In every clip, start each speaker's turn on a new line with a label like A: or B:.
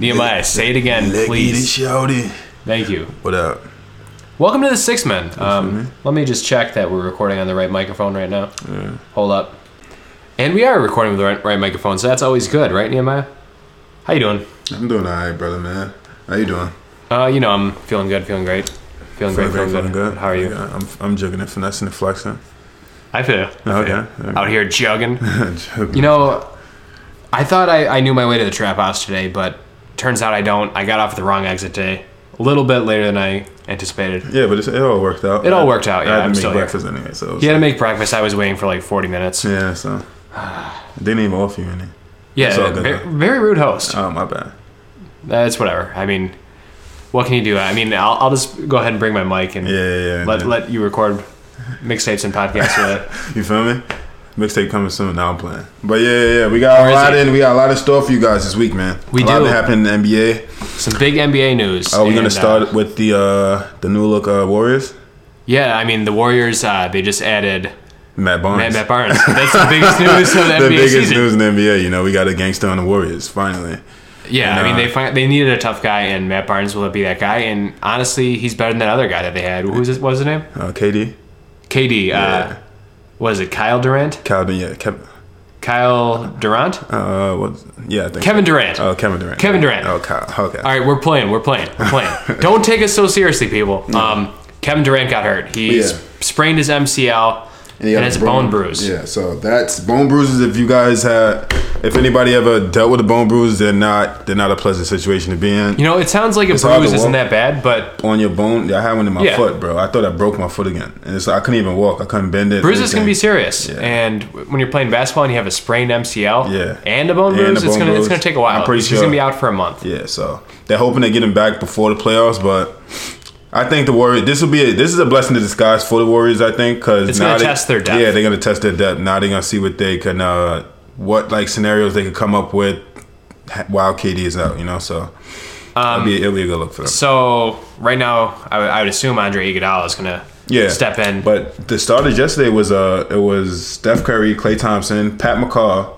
A: Nehemiah, say it again,
B: Let's get it,
A: please.
B: shouty.
A: Thank you.
B: What up?
A: Welcome to the Six Men. Um, let me just check that we're recording on the right microphone right now. Hold up. And we are recording with the right, right microphone, so that's always good, right, Nehemiah? How you doing?
B: I'm doing all right, brother, man. How you doing?
A: Uh, you know, I'm feeling good, feeling great, feeling great, feeling, good. How are you?
B: Yeah, I'm, I'm jugging and finessing and flexing.
A: I feel
B: Okay. okay.
A: out here jugging.
B: Jugging.
A: You know, I thought I, I knew my way to the trap house today, but turns out I don't. I got off at the wrong exit today, a little bit later than I anticipated.
B: yeah, but it's, it all worked out.
A: It all worked out, yeah,
B: I had to
A: I'm
B: make
A: still here.
B: breakfast anyway, so. it was-
A: You had to make breakfast. I was waiting for like 40 minutes.
B: Yeah, so. They didn't even offer you any.
A: Yeah,
B: It's all good,
A: very,
B: though.
A: very rude host.
B: Oh, my bad.
A: That's whatever. I mean, what can you do? I mean, I'll, I'll just go ahead and bring my mic and
B: Yeah, yeah, yeah.
A: let
B: yeah.
A: let you record mixtapes and podcasts with
B: You feel me? Mixtape coming soon. Now I'm playing. But yeah, yeah, yeah. We got
A: Where
B: a
A: is
B: lot
A: it?
B: in. We got a lot of store for you guys this week, man.
A: We
B: a lot
A: do.
B: that happened in the NBA.
A: it. some big NBA news.
B: Oh, we're gonna
A: And,
B: start
A: uh,
B: with the uh the new look uh, Warriors.
A: yeah, I mean, the Warriors uh, they just added
B: Matt Barnes.
A: Matt, Matt Barnes. That's the biggest news of the,
B: the
A: NBA
B: biggest
A: season.
B: news in the NBA. You know, we got a gangster on the Warriors finally.
A: Yeah, I
B: And,
A: mean,
B: uh,
A: they find, they needed a tough guy, and Matt Barnes will be that guy. And honestly, he's better than that other guy that they had. Who's his, what was his name?
B: Uh, KD,
A: KD.
B: Yeah.
A: Uh, was it Kyle Durant?
B: Calvin, yeah, Kev,
A: Kyle Durant?
B: uh, what? Yeah, I think
A: Kevin Durant.
B: Oh, Kevin Durant.
A: Kevin Durant.
B: Oh, Kyle. Okay.
A: All right, we're playing. We're playing. We're playing. Don't take us so seriously, people. Um, Kevin Durant got hurt. He
B: Yeah.
A: s- sprained his MCL and,
B: got
A: has
B: the
A: bone bruise.
B: Yeah, so that's bone bruises. If you guys had, if anybody ever dealt with a bone bruise, they're not they're not a pleasant situation to be in.
A: You know, it sounds like a
B: hard
A: bruise
B: to
A: isn't that
B: walk.
A: bad, but
B: on your bone, I had one in my
A: Yeah.
B: foot, bro. I thought I broke my foot again, and it's I couldn't even walk. I couldn't bend it.
A: bruises can be
B: everything.
A: serious. And w- when you're playing basketball and you have a sprained MCL
B: Yeah.
A: and a bone
B: And a
A: bruise, it's
B: bone
A: gonna it's
B: bruise.
A: gonna take a while.
B: I'm pretty
A: He's gonna
B: sure.
A: be out for a month.
B: Yeah, so they're hoping to get him back before the playoffs, but I think the Warriors. This will be a, this is a blessing to disguise for the Warriors. I think because
A: It's gonna test their depth.
B: Yeah, they're gonna test their depth. Now they're gonna see what they can, uh, what like scenarios they could come up with ha- while KD is out. You know, so
A: Um,
B: it'll, be, it'll be a good look for them.
A: So right now, I would- I would assume Andre Iguodala is gonna
B: Yeah,
A: step in.
B: But the starters yesterday was uh, it was Steph Curry, Clay Thompson, Pat McCall.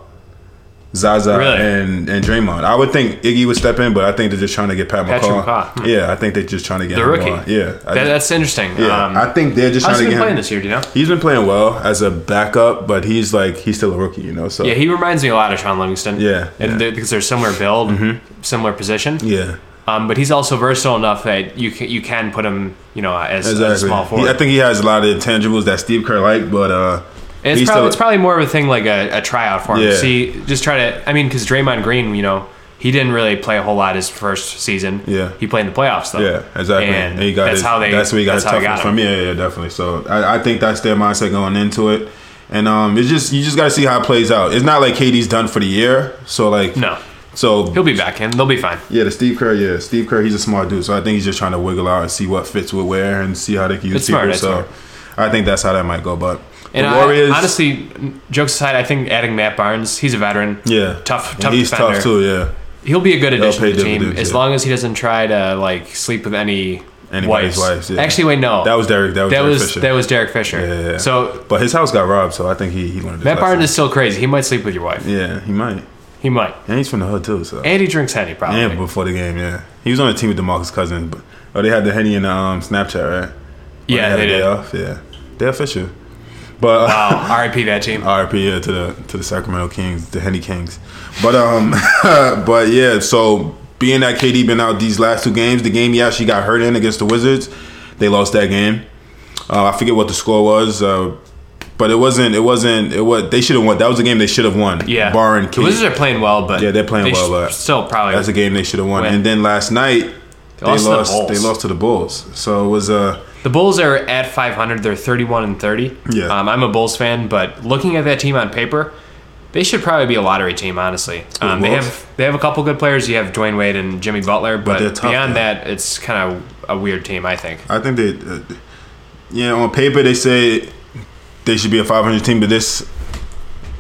B: Zaza
A: Really?
B: and and Draymond. I would think Iggy would step in, but I think they're just trying to get Pat
A: Patrick
B: McCall.
A: McCaw, hmm.
B: Yeah, I think they're just trying to get
A: the
B: him
A: rookie,
B: going. Yeah, I,
A: That- that's interesting.
B: yeah.
A: Um,
B: I think they're just
A: how's
B: trying
A: he been
B: to get
A: playing
B: him.
A: this year? Do you know?
B: He's been playing well as a backup, but he's like he's still a rookie, you know. So
A: Yeah, he reminds me a lot of Sean Livingston.
B: Yeah,
A: and
B: yeah. Mm-hmm.
A: They're, because they're similar build, similar position.
B: yeah,
A: Um, but he's also versatile enough that you can, you can put him, you know, as a
B: exactly.
A: small
B: He-
A: forward.
B: I think he has a lot of intangibles that Steve Kerr like, but uh,
A: it's,
B: he's
A: probably,
B: still-
A: it's probably more of a thing like a, a tryout for him.
B: Yeah.
A: See, just try to. I mean, because Draymond Green, you know, he didn't really play a whole lot his first season.
B: Yeah.
A: he played in the playoffs though.
B: Yeah, exactly.
A: And,
B: he got
A: that's
B: his,
A: how they.
B: That's where he got his
A: that's how they
B: toughness
A: got him.
B: from. Yeah, yeah, yeah, definitely. So I, I think that's their mindset going into it, and um, it's just you just got to see how it plays out. It's not like KD's done for the year, so like
A: No,
B: So
A: he'll be back and they'll be fine.
B: yeah, the Steve Kerr, yeah, Steve Kerr, he's a smart dude. So I think he's just trying to wiggle out and see what fits with where and see how they can use
A: It's
B: people.
A: smart, it's
B: so
A: smart.
B: I think that's how that might go. But
A: And
B: the
A: I-
B: Warriors,
A: honestly, jokes aside, I think adding Matt Barnes, he's a veteran.
B: yeah,
A: tough-
B: And
A: tough
B: He's
A: defender.
B: tough too. Yeah,
A: He'll be a good addition
B: pay
A: to the team
B: dividends,
A: as
B: yeah.
A: long as he doesn't try to like sleep with any wives.
B: Anybody's wives, yeah.
A: Actually, wait, no,
B: that was Derek. That was
A: that
B: Derek
A: was
B: Fisher.
A: that was Derek Fisher.
B: yeah, yeah.
A: So
B: but his house got robbed, so I think he he learned. His
A: Matt Barnes
B: lesson.
A: is still crazy. He might sleep with your wife.
B: yeah, he might,
A: He might.
B: and he's from the hood too. So
A: And he drinks henny probably.
B: And before the game, yeah. He was on a team with DeMarcus Cousins. But, oh, they had the Henny and um, Snapchat, right?
A: Yeah,
B: had
A: they Oh,
B: a day
A: did.
B: Off. Yeah, Dale Fisher. But
A: Wow. R.I.P. that team.
B: RIP yeah, to the to the Sacramento Kings, the Henny Kings. But um, but yeah. So being that KD been out these last two games, the game he actually got hurt in against the Wizards, they lost that game. Uh, I forget what the score was. Uh, but it wasn't. It wasn't. It was. They should have won. That was a game they should have won.
A: Yeah.
B: Barring
A: the Wizards are playing well, but
B: Yeah, they're playing
A: they
B: well,
A: sh-
B: but
A: still probably.
B: that's a game they should have won.
A: Win.
B: And then last night they
A: lost
B: lost.
A: to the Bulls.
B: they lost to the Bulls. So it was uh
A: the Bulls are at 500. They're 31 and 30.
B: Yeah.
A: Um, I'm a Bulls fan, but looking at that team on paper, they should probably be a lottery team. Honestly, um, they
B: Bulls?
A: have they have a couple good players. You have Dwayne Wade and Jimmy Butler, but,
B: they're tough,
A: beyond
B: yeah.
A: that, it's kind of a weird team. I think.
B: I think they uh, yeah on paper they say they should be a 500 team, but this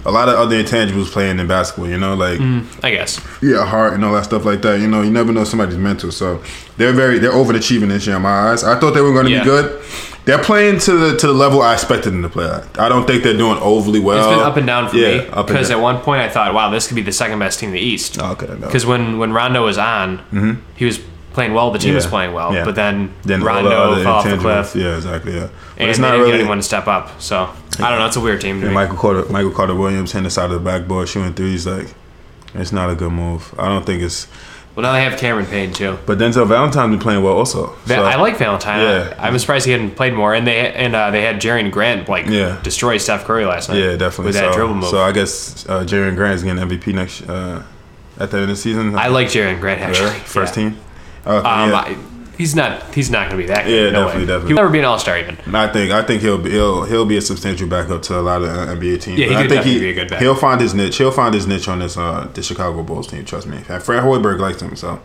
B: a lot of other intangibles playing in basketball. You know, like
A: I guess.
B: yeah, heart and all that stuff like that. You know, you never know somebody's mental. So they're very they're overachieving this year in my eyes. I thought they were going to
A: Yeah.
B: be good. They're playing to the to the level I expected them to play at. I don't think they're doing overly well.
A: It's been up and down for
B: Uh, yeah,
A: me
B: up and
A: because
B: down.
A: at one point I thought, wow, this could be the second best team in the East.
B: Oh, okay, no. Mm-hmm.
A: Because when, when Rondo was on, he was playing well. The team was
B: Yeah.
A: playing well,
B: Yeah.
A: but then,
B: Then all the
A: Rondo
B: other
A: fell off the
B: intangibles.
A: cliff,
B: Yeah, exactly. Yeah, but
A: and
B: it's
A: they
B: not
A: didn't get
B: really.
A: anyone to step up. So I don't know. It's a weird team to
B: and
A: me.
B: Michael Carter, Michael Carter Williams hitting the side of the backboard, shooting threes. Like, it's not a good move. I don't think it's.
A: well, now they have Cameron Payne too.
B: But Denzel Valentine's been playing well also.
A: Va-
B: So-
A: I like Valentine.
B: Yeah.
A: I, am surprised he hadn't played more. And they and uh, they had Jerry and Grant like
B: Yeah.
A: destroy Steph Curry last night.
B: Yeah, definitely.
A: with
B: so,
A: that dribble move.
B: So I guess uh, Jaren Grant's getting MVP next uh, at the end of the season.
A: I like Jerry and Grant actually.
B: Yeah, first
A: Yeah.
B: team. Uh,
A: Um,
B: yeah.
A: I, he's not. He's not going to be that.
B: Yeah,
A: good. no
B: definitely,
A: way.
B: definitely.
A: He'll never be an All Star even.
B: I think I think he'll be he'll, he'll be a substantial backup to a lot of uh, NBA teams.
A: Yeah, he
B: But I
A: could
B: think
A: definitely be a good backup.
B: He'll find his niche. He'll find his niche on this uh, the Chicago Bulls team. Trust me. And Fred Hoiberg likes him, so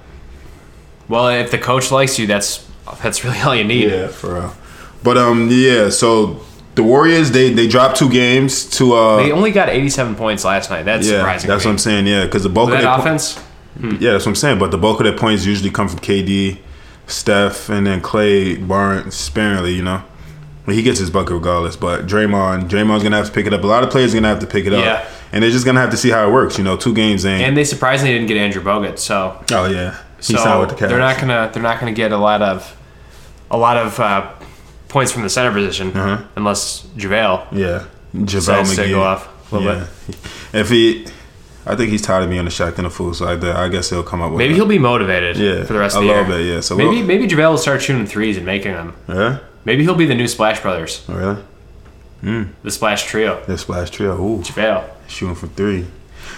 A: Well, if the coach likes you, that's that's really all you need.
B: yeah, for real. But um, yeah. So the Warriors they they dropped two games to uh
A: They only got 87 points last night. That's
B: yeah.
A: surprising.
B: That's
A: to
B: what
A: me.
B: I'm saying. Yeah, because the bulk
A: With
B: of
A: that
B: their po-
A: offense.
B: Yeah, that's what I'm saying. But the bulk of their points usually come from KD, Steph, and then Clay Barnes sparingly. You know, Well, he gets his bucket regardless. But Draymond, Draymond's gonna have to pick it up. A lot of players are gonna have to pick it up.
A: Yeah.
B: And they're just gonna have to see how it works. You know, two games in.
A: And they surprisingly didn't get Andrew Bogut. So,
B: oh yeah, he's
A: so
B: not with the Cavs.
A: they're not gonna they're not gonna get a lot of a lot of uh, points from the center position unless Javale
B: yeah, JaVale
A: decides to go
B: Uh-huh. McGee.
A: off a little
B: Yeah.
A: bit.
B: If he, I think he's tired of being a Shaq and a fool. So I, I guess he'll come up with
A: Maybe he'll be motivated
B: Yeah,
A: for the rest
B: a
A: of the year.
B: little bit, yeah. So
A: maybe
B: we'll-
A: maybe Javale will start shooting threes and making them.
B: yeah. Oh,
A: Maybe he'll be the new Splash Brothers,
B: Really?
A: the Splash Trio.
B: That splash trio. Ooh.
A: Javale.
B: shooting for three.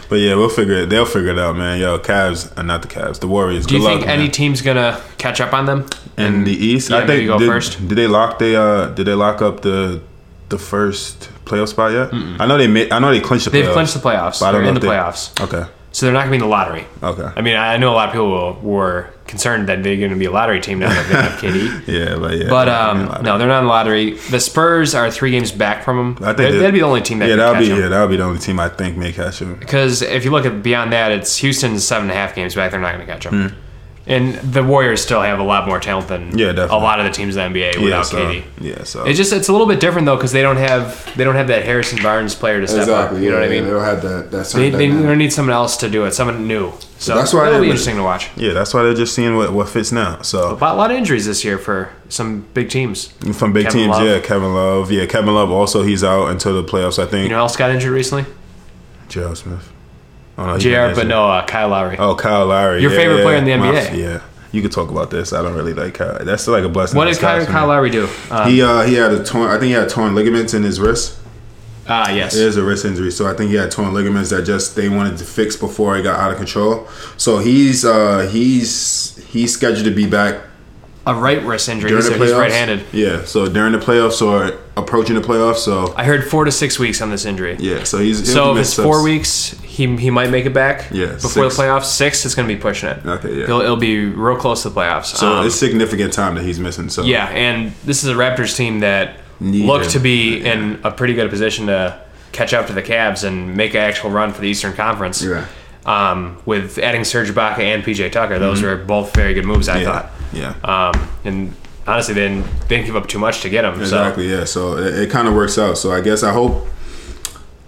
B: But yeah, we'll figure it. They'll figure it out, man. Yo, Cavs are not the Cavs. The Warriors.
A: Do you
B: Good
A: think
B: luck,
A: any
B: man.
A: team's gonna catch up on them?
B: in the East?
A: Yeah,
B: I think
A: maybe go
B: did,
A: first.
B: Did they lock they uh? Did they lock up the the first playoff spot yet? I know they made. I know they clinched the.
A: They've
B: playoffs,
A: clinched the playoffs.
B: but I don't
A: They're
B: know
A: in the
B: if they-
A: playoffs,
B: Okay.
A: so they're not gonna be in the lottery.
B: Okay.
A: I mean, I know a lot of people were, were concerned that they're going to be a lottery team now that they have KD.
B: yeah, but yeah.
A: But
B: I
A: um,
B: mean, like-
A: no, they're not in the lottery. The Spurs are three games back from them.
B: I think
A: They'd,
B: they-
A: that'd be the only team that
B: yeah,
A: could
B: that'll
A: catch
B: be
A: them.
B: yeah, that'll be the only team I think may catch him.
A: Because if you look at beyond that, it's Houston's seven and a half games back. They're not going to catch them. And the Warriors still have a lot more talent than
B: Hmm. Yeah,
A: a
B: definitely.
A: lot of the teams in the NBA
B: Yeah,
A: without
B: so,
A: KD.
B: yeah, so
A: It's just it's a little bit different though because they don't have they don't have that Harrison Barnes player to step
C: Exactly.
A: up. You know
C: yeah,
A: what I
C: yeah,
A: mean?
C: They don't have that. That
A: They,
C: certain
A: they,
C: dynamic.
A: they need someone else to do it, someone new. So
C: that's why
A: that'll
C: they
A: be
C: would-
A: interesting to watch.
B: yeah, that's why they're just seeing what, what fits now. So
A: A lot, lot of injuries this year for some big teams. You
B: from big
A: Kevin
B: teams,
A: Love.
B: yeah, Kevin Love, yeah, Kevin Love. Also, he's out until the playoffs. I think.
A: know who else got injured recently?
B: J.R. Smith. Oh, no, he
A: JR,
B: didn't
A: but
B: answer.
A: no, uh, Kyle Lowry.
B: Oh, Kyle Lowry.
A: Your
B: yeah,
A: favorite
B: yeah,
A: player in the
B: my-
A: NBA.
B: yeah. You could talk about this. I don't really like Kyle. That's like a blessing.
A: what
B: in
A: did Kyle,
B: disguise for me.
A: Kyle Lowry do? Uh,
B: He uh he had a torn. I think he had torn ligaments in his wrist.
A: ah, yes.
B: It is a wrist injury, so I think he had torn ligaments that just they wanted to fix before it got out of control. So he's uh he's he's scheduled to be back
A: A right wrist injury.
B: during
A: so
B: the playoffs.
A: he's right-handed.
B: Yeah. So during the playoffs or approaching the playoffs. So
A: I heard four to six weeks on this injury.
B: yeah. So he's he'll
A: So if
B: miss
A: it's four
B: subs-
A: weeks, he he might make it back.
B: Yeah,
A: Before
B: six.
A: the playoffs, six it's going to be pushing it.
B: Okay. Yeah.
A: It'll, it'll be real close to the playoffs.
B: so
A: Um,
B: it's significant time that he's missing. So
A: yeah, and this is a Raptors team that
B: Need
A: looked
B: him.
A: to be in a pretty good position to catch up to the Cavs and make an actual run for the Eastern Conference.
B: Yeah.
A: Um, with adding Serge Ibaka and PJ Tucker, those were both very good moves. I
B: Mm-hmm. Yeah.
A: thought.
B: Yeah.
A: Um, and honestly, they didn't, they didn't give up too much to get him.
B: Exactly. Yeah. So it, it kind of works out. So I guess I hope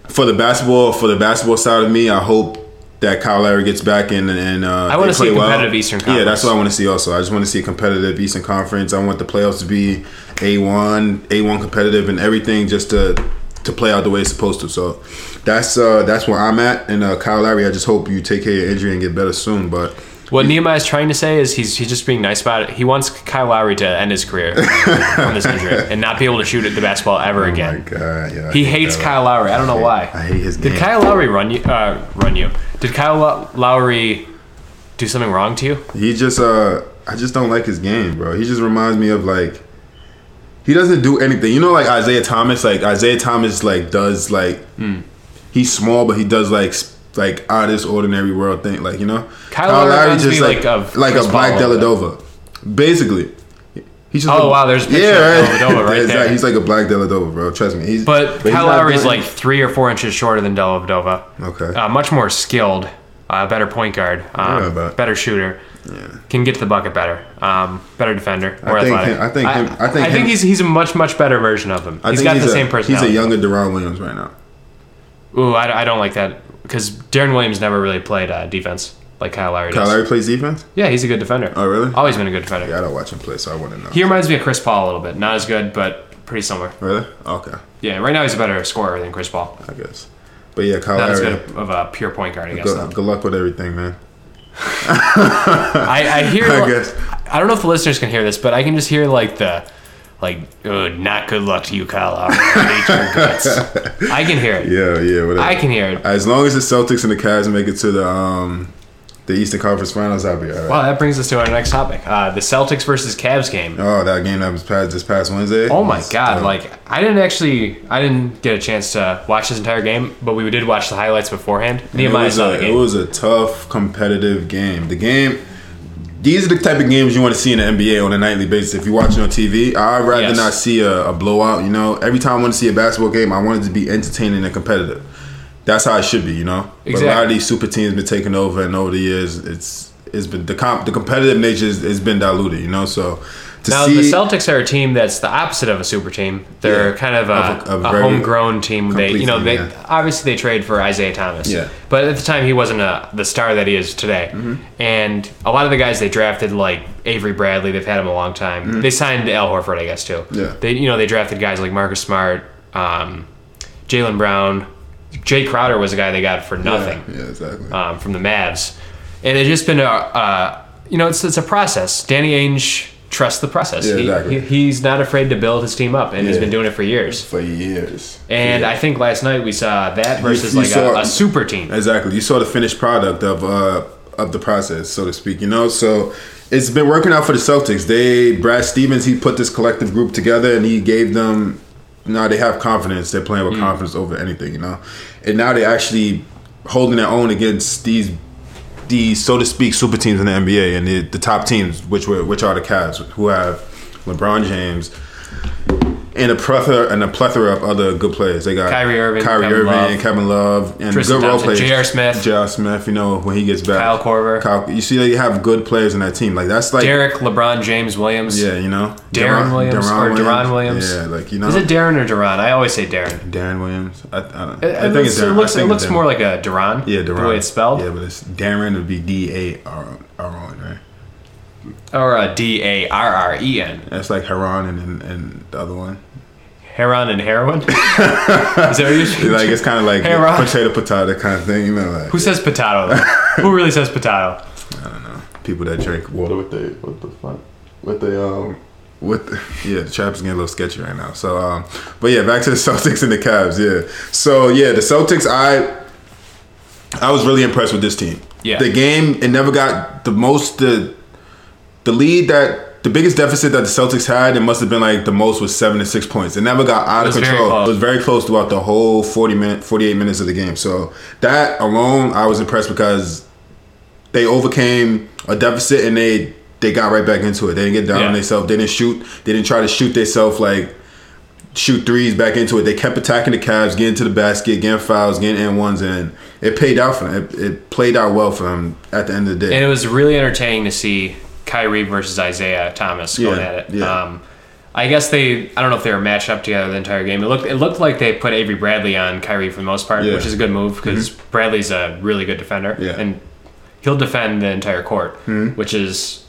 B: for the basketball for the basketball side of me, I hope that Kyle Lowry gets back in and, and uh, I
A: wanna see a competitive Eastern
B: Yeah,
A: Conference.
B: that's what I want to see. Also, I just want to see a competitive Eastern Conference. I want the playoffs to be a one, a one competitive, and everything just to to play out the way it's supposed to. So that's uh, that's where I'm at. And uh, Kyle Lowry, I just hope you take care of your injury and get better soon. But
A: So what Nehemiah's trying to say is he's he's just being nice about it. He wants Kyle Lowry to end his career from this injury and not be able to shoot at the basketball ever
B: Oh my
A: again.
B: God, yeah, I
A: He
B: hate
A: hates
B: that.
A: Kyle Lowry. I don't know
B: hate-
A: why.
B: I hate his
A: Did
B: game.
A: Kyle Lowry run you? Uh, run you? Did Kyle Low- Lowry do something wrong to you?
B: He just uh I just don't like his game, bro. He just reminds me of like he doesn't do anything. You know like Isaiah Thomas, like Isaiah Thomas like does like
A: Hmm.
B: he's small but he does like s- like honest ordinary world thing, like you know.
A: Kyle Lowry reminds me, like, of
B: like
A: Chris
B: a black
A: Paul a little
B: Deladova. Basically. He's just
A: Oh
B: a-
A: wow, there's a picture
B: yeah,
A: of Dellavedova right
B: Exactly.
A: there.
B: He's like a black Dellavedova, bro. Trust me. He's
A: but
B: he's
A: Kyle
B: not
A: Lowry's
B: doing-
A: like three or four inches shorter than Dellavedova.
B: okay.
A: Uh, much more skilled, uh, better point guard,
B: Yeah,
A: um,
B: but-
A: better shooter, can get to the bucket better, um, better defender, more
B: think
A: athletic.
B: him- I think him- I think
A: I think
B: him-
A: he's he's a much much better version of him.
B: I
A: he's
B: think
A: got the
B: a,
A: same personality.
B: He's a younger Deron Williams right now.
A: Ooh, I, I don't like that because Darren Williams never really played uh, defense like Kyle Lowry does.
B: Kyle Lowry plays defense.
A: Yeah, he's a good defender.
B: Oh really?
A: Always been a good defender.
B: Yeah, I don't watch him play, so I wouldn't know.
A: He reminds me of Chris Paul a little bit. Not as good, but pretty similar.
B: really? Okay,
A: Yeah, right now he's a better scorer than Chris Paul.
B: I guess. But yeah, Kyle
A: Not as
B: Lowry.
A: good of a pure point guard, I guess.
B: Oh, Good, good luck with everything, man.
A: I, I hear.
B: I
A: I,
B: guess.
A: don't know if the listeners can hear this, but I can just hear like the, like, oh, not good luck to you, Kyle. Lowry. I hate your guts. I can hear it.
B: Yeah, yeah, whatever.
A: I can hear it.
B: As long as the Celtics and the Cavs make it to the um the Eastern Conference Finals, I'll be all right.
A: Well, that brings us to our next topic: uh, the Celtics versus Cavs game.
B: Oh, that game that was past this past Wednesday.
A: Oh my
B: was,
A: god!
B: uh,
A: Like, I didn't actually, I didn't get a chance to watch this entire game, but we did watch the highlights beforehand.
B: it
A: Nehemiah
B: was,
A: saw the
B: a, it
A: game.
B: was a tough, competitive game. The game. These are the type of games you want to see in the NBA on a nightly basis. If you watch it on TV, I'd rather
A: Yes.
B: not see a, a blowout. You know, every time I want to see a basketball game, I want it to be entertaining and competitive. That's how it should be. You know, But a lot of
A: Exactly.
B: these super teams been taking over, and over the years, it's it's been the comp the competitive nature has has been diluted. You know, so to
A: Now
B: see
A: the Celtics are a team that's the opposite of a super team. They're
B: Yeah.
A: kind of a,
B: Of a- a
A: a
B: very
A: homegrown team. They,
B: complete
A: you know,
B: team,
A: they
B: yeah.
A: obviously they trade for Isaiah Thomas.
B: Yeah. Mm-hmm.
A: But at the time, he wasn't a, the star that he is today. And a lot of the guys they drafted, like Avery Bradley, they've had him a long time. They signed Al Horford, I guess, too.
B: Mm-hmm. Yeah.
A: They, you know, they drafted guys like Marcus Smart, um, Jalen Brown, Jay Crowder was a guy they got for nothing
B: Yeah, exactly.
A: um, from the Mavs, and it's just been a uh, you know it's it's a process. Danny Ainge trusts the process.
B: Yeah,
A: He-
B: exactly.
A: he, he's not afraid to build his team up, and he's
B: Yeah.
A: been doing it for years.
B: for years.
A: And I think last night we saw that versus
B: you
A: like
B: saw-
A: a, a super team.
B: Exactly. You saw the finished product of uh of the process, so to speak. You know, so it's been working out for the Celtics. They Brad Stevens he put this collective group together and he gave them now they have confidence. They're playing with
A: Hmm.
B: confidence over anything, you know. And now they're actually holding their own against these these so to speak super teams in the NBA and the, the top teams, which were which are the Cavs, who have LeBron James. And a plethora and a plethora of other good players. They got
A: Kyrie Irving,
B: Kyrie
A: Kevin
B: Irving,
A: Love.
B: Kevin Love, and
A: Tristan
B: good role
A: Thompson,
B: players.
A: J.R. Smith.
B: J.R. Smith, you know, when he gets back.
A: Kyle Korver.
B: Kyle, you see, they have good players in that team. Like, that's like.
A: Derek, LeBron James, Williams.
B: yeah, you know.
A: Darren Williams or Deron Williams.
B: Yeah, like, you know.
A: Is it Darren or Duran? I always say Darren.
B: Darren Williams? I, I, don't,
A: It,
B: I think it's Darren.
A: it looks,
B: I think
A: it
B: it's
A: looks
B: Darren.
A: more like a Duran.
B: Yeah, Deron.
A: The way it's spelled.
B: Yeah, but it's Darren would be D A R R on, right?
A: Or a D A R R E N.
B: That's like Heron and, and, and the other one.
A: Heron and heroin? Is that what you're
B: Like, it's kind of like
A: Heron.
B: potato potato kind of thing, you know? Like,
A: Who says potato? Who really says potato?
B: people that drink water with they what the fuck with they um with yeah the trap's getting a little sketchy right now so um but yeah back to the Celtics and the Cavs yeah so yeah the Celtics I I was really impressed with this team
A: Yeah.
B: the game it never got the most the the lead that the biggest deficit that the Celtics had it must have been like the most was seven to six points it never got out
A: It
B: of
A: was very
B: control
A: close.
B: it was very close throughout the whole 40 minute 48 minutes of the game so that alone I was impressed because they overcame a deficit and they they got right back into it. They didn't get down on
A: Yeah.
B: themselves. They didn't shoot. They didn't try to shoot themselves like shoot threes back into it. They kept attacking the Cavs, getting to the basket, getting fouls, getting n ones, and it paid out for them. It, it played out well for them at the end of the day.
A: And it was really entertaining to see Kyrie versus Isaiah Thomas going
B: Yeah,
A: at it.
B: yeah.
A: Um, I guess they I don't know if they were matched up together the entire game. It looked it looked like they put Avery Bradley on Kyrie for the most part,
B: Yeah. Mm-hmm.
A: which is a good move because Bradley's a really good defender
B: Yeah. Mm-hmm.
A: and he'll defend the entire court, which is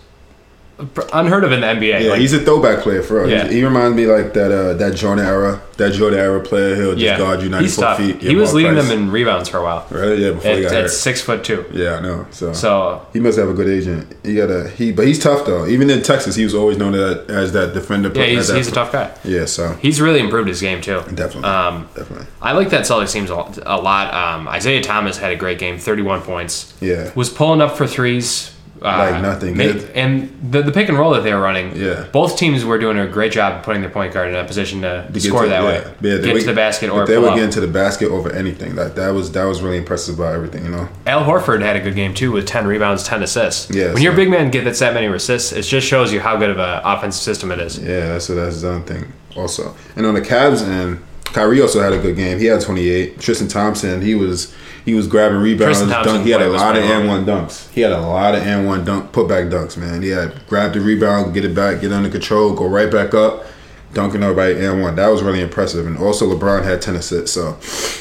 A: unheard of in the NBA.
B: yeah,
A: Like,
B: he's a throwback player for us.
A: Yeah.
B: He reminds me like that uh, that Jordan era, that Jordan era player. He'll just
A: yeah,
B: guard you
A: he's
B: 94
A: tough.
B: feet.
A: he was leading them in rebounds for a while.
B: right? yeah before he
A: At,
B: got
A: at
B: hurt.
A: six foot two.
B: Yeah, I know. So
A: So
B: He must have a good agent. He got a he, but he's tough though. Even in Texas, he was always known that, as that defender.
A: yeah, he's, he's a tough guy.
B: Yeah, so
A: He's really improved his game too.
B: definitely,
A: Um,
B: definitely.
A: I like that Celtics teams a lot. a lot. Um, Isaiah Thomas had a great game, 31 points.
B: Yeah.
A: Was pulling up for threes.
B: Like nothing.
A: They,
B: It-
A: and the, the pick and roll that they were running,
B: Yeah.
A: both teams were doing a great job of putting their point guard in a position to,
B: to get
A: score
B: to-
A: that
B: yeah.
A: way.
B: Yeah,
A: get
B: were-
A: to the basket or
B: but they
A: pull
B: were
A: up.
B: getting to the basket over anything. Like that was that was really impressive about everything. You know,
A: Al Horford had a good game too with 10 rebounds, 10 assists.
B: Yeah,
A: when your
B: so-
A: big man gets that many assists, it just shows you how good of an offensive system it is.
B: yeah, that's that's another thing also. And on the Cavs end, Kyrie also had a good game. He had 28. Tristan Thompson, he was he was grabbing rebounds.
A: Tristan Thompson
B: dunk. He had a
A: played was
B: lot of
A: playing
B: and one dunks. He had a lot of and one dunk putback dunks. Man, he had grabbed the rebound, get it back, get under control, go right back up. Dunking everybody and one. That was really impressive. And also LeBron had ten assists. So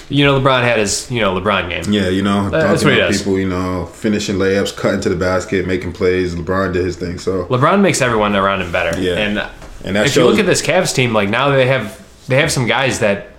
A: You know, LeBron had his you know LeBron game.
B: Yeah, you know,
A: That's
B: dunking
A: what he
B: on
A: does.
B: people, you know, finishing layups, cutting to the basket, making plays. LeBron did his thing. So
A: LeBron makes everyone around him better.
B: Yeah.
A: And,
B: And that
A: if you look
B: shows-
A: at this Cavs team, like now they have they have some guys that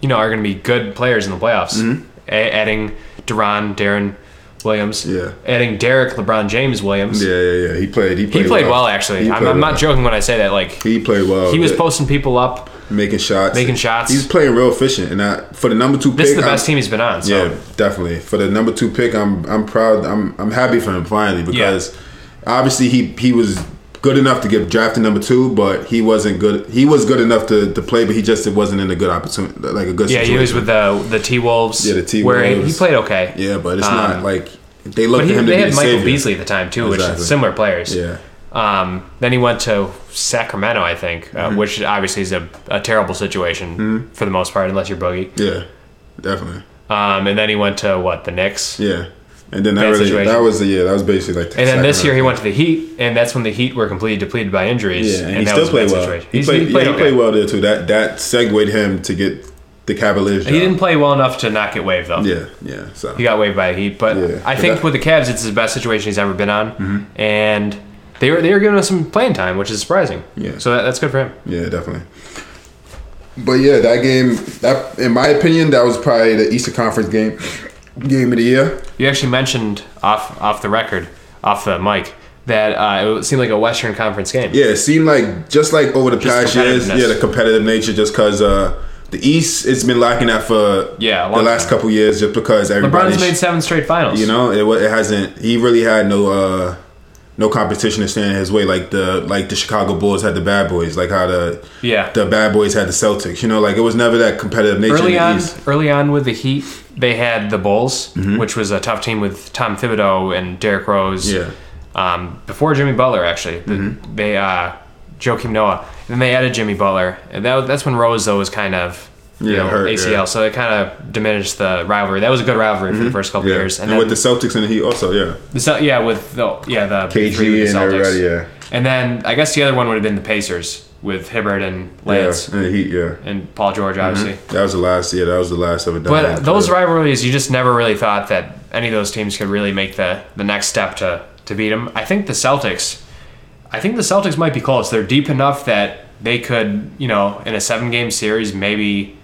A: you know are going to be good players in the playoffs.
B: Mm-hmm.
A: A- adding Duran, Darren Williams.
B: Yeah.
A: Adding Derek, LeBron James Williams.
B: yeah, yeah, yeah. He played. He
A: He
B: played.
A: played well, actually.
B: He
A: I'm,
B: played
A: I'm
B: well.
A: not joking when I say that. Like
B: He played well.
A: he was
B: Yeah.
A: posting people up.
B: making shots,
A: making shots.
B: He's playing real efficient, and I, for the number two
A: This
B: pick,
A: is the
B: I'm-
A: best team he's been on. So.
B: Yeah, definitely. For the number two pick, I'm I'm proud. I'm I'm happy for him finally because obviously he he was good enough to get drafted number two, but he wasn't good. He was good enough to, to play, but he just wasn't in a good opportunity, like a good.
A: Yeah,
B: situation.
A: he was with the the T Wolves.
B: Yeah, the T
A: Where he-
B: Wolves.
A: he played okay.
B: Yeah, but it's
A: Um,
B: not like they looked
A: But he,
B: at him to
A: they
B: be
A: had
B: the
A: Michael
B: savior.
A: Beasley at the time too, which
B: Exactly.
A: is similar players.
B: Yeah,
A: Um, then he went to Sacramento, I think,
B: Mm-hmm.
A: uh, which obviously is a, a terrible situation for the most part, unless you're Boogie.
B: yeah, definitely.
A: Um, and then he went to what the Knicks.
B: Yeah, and then that
A: Bad
B: really
A: situation.
B: that was the yeah that was basically like.
A: And then this year he went to the Heat, and that's when the Heat were completely depleted by injuries.
B: Yeah, and, he
A: that
B: still
A: was a bad
B: played well.
A: situation.
B: He
A: He's-
B: played, yeah, he
A: okay.
B: played well there too. That that segued him to get the Cavaliers.
A: He
B: job.
A: didn't play well enough to not get waived though.
B: Yeah, yeah. So
A: He got waived by the Heat, but I
B: Yeah, but
A: think
B: that- Mm-hmm.
A: with the Cavs, it's the best situation he's ever been on, and they were they were giving him some playing time, which is surprising.
B: Yeah.
A: so that, that's good for him.
B: yeah, definitely. But yeah, that game. That in my opinion, that was probably the Eastern Conference game game of the year.
A: You actually mentioned off off the record, off the mic, that uh, it seemed like a Western Conference game.
B: Yeah, it seemed like just like over the past years,
A: competitiveness.
B: yeah, the competitive nature just because uh, the East it's been lacking that for
A: Yeah, a
B: the
A: long
B: last
A: time.
B: couple years just because everybody's
A: LeBron's made seven straight finals.
B: you know it, wa- it hasn't he really had no uh, no competition to stand in his way like the like the Chicago Bulls had the Bad Boys like how the
A: yeah.
B: the Bad Boys had the Celtics you know like it was never that competitive nature in
A: early
B: the
A: on,
B: East. Mm-hmm.
A: early on with the Heat, they had the Bulls, which was a tough team with Tom Thibodeau and Derrick Rose.
B: Yeah. Mm-hmm.
A: Um, before Jimmy Butler, actually, The- they uh, Joakim Noah, and then they added Jimmy Butler, and that, that's when Rose though was kind of. You
B: Yeah,
A: know,
B: hurt,
A: ACL,
B: yeah. Mm-hmm.
A: so it kind of diminished the rivalry. That was a good rivalry for the first couple
B: Yeah.
A: years,
B: and, with the Celtics and the Heat also yeah
A: The Cel- yeah, with the yeah the
B: KG
A: three with the
B: and
A: Celtics.
B: everybody, yeah.
A: And then I guess the other one would have been the Pacers with Hibbert and Lance
B: yeah Mm-hmm. and the Heat yeah
A: and Paul George, obviously.
B: that was the last yeah that was the last of it
A: But those rivalries, you just never really thought that any of those teams could really make the the next step to to beat them. I think the Celtics, I think the Celtics might be close. They're deep enough that they could, you know, in a seven game series, maybe,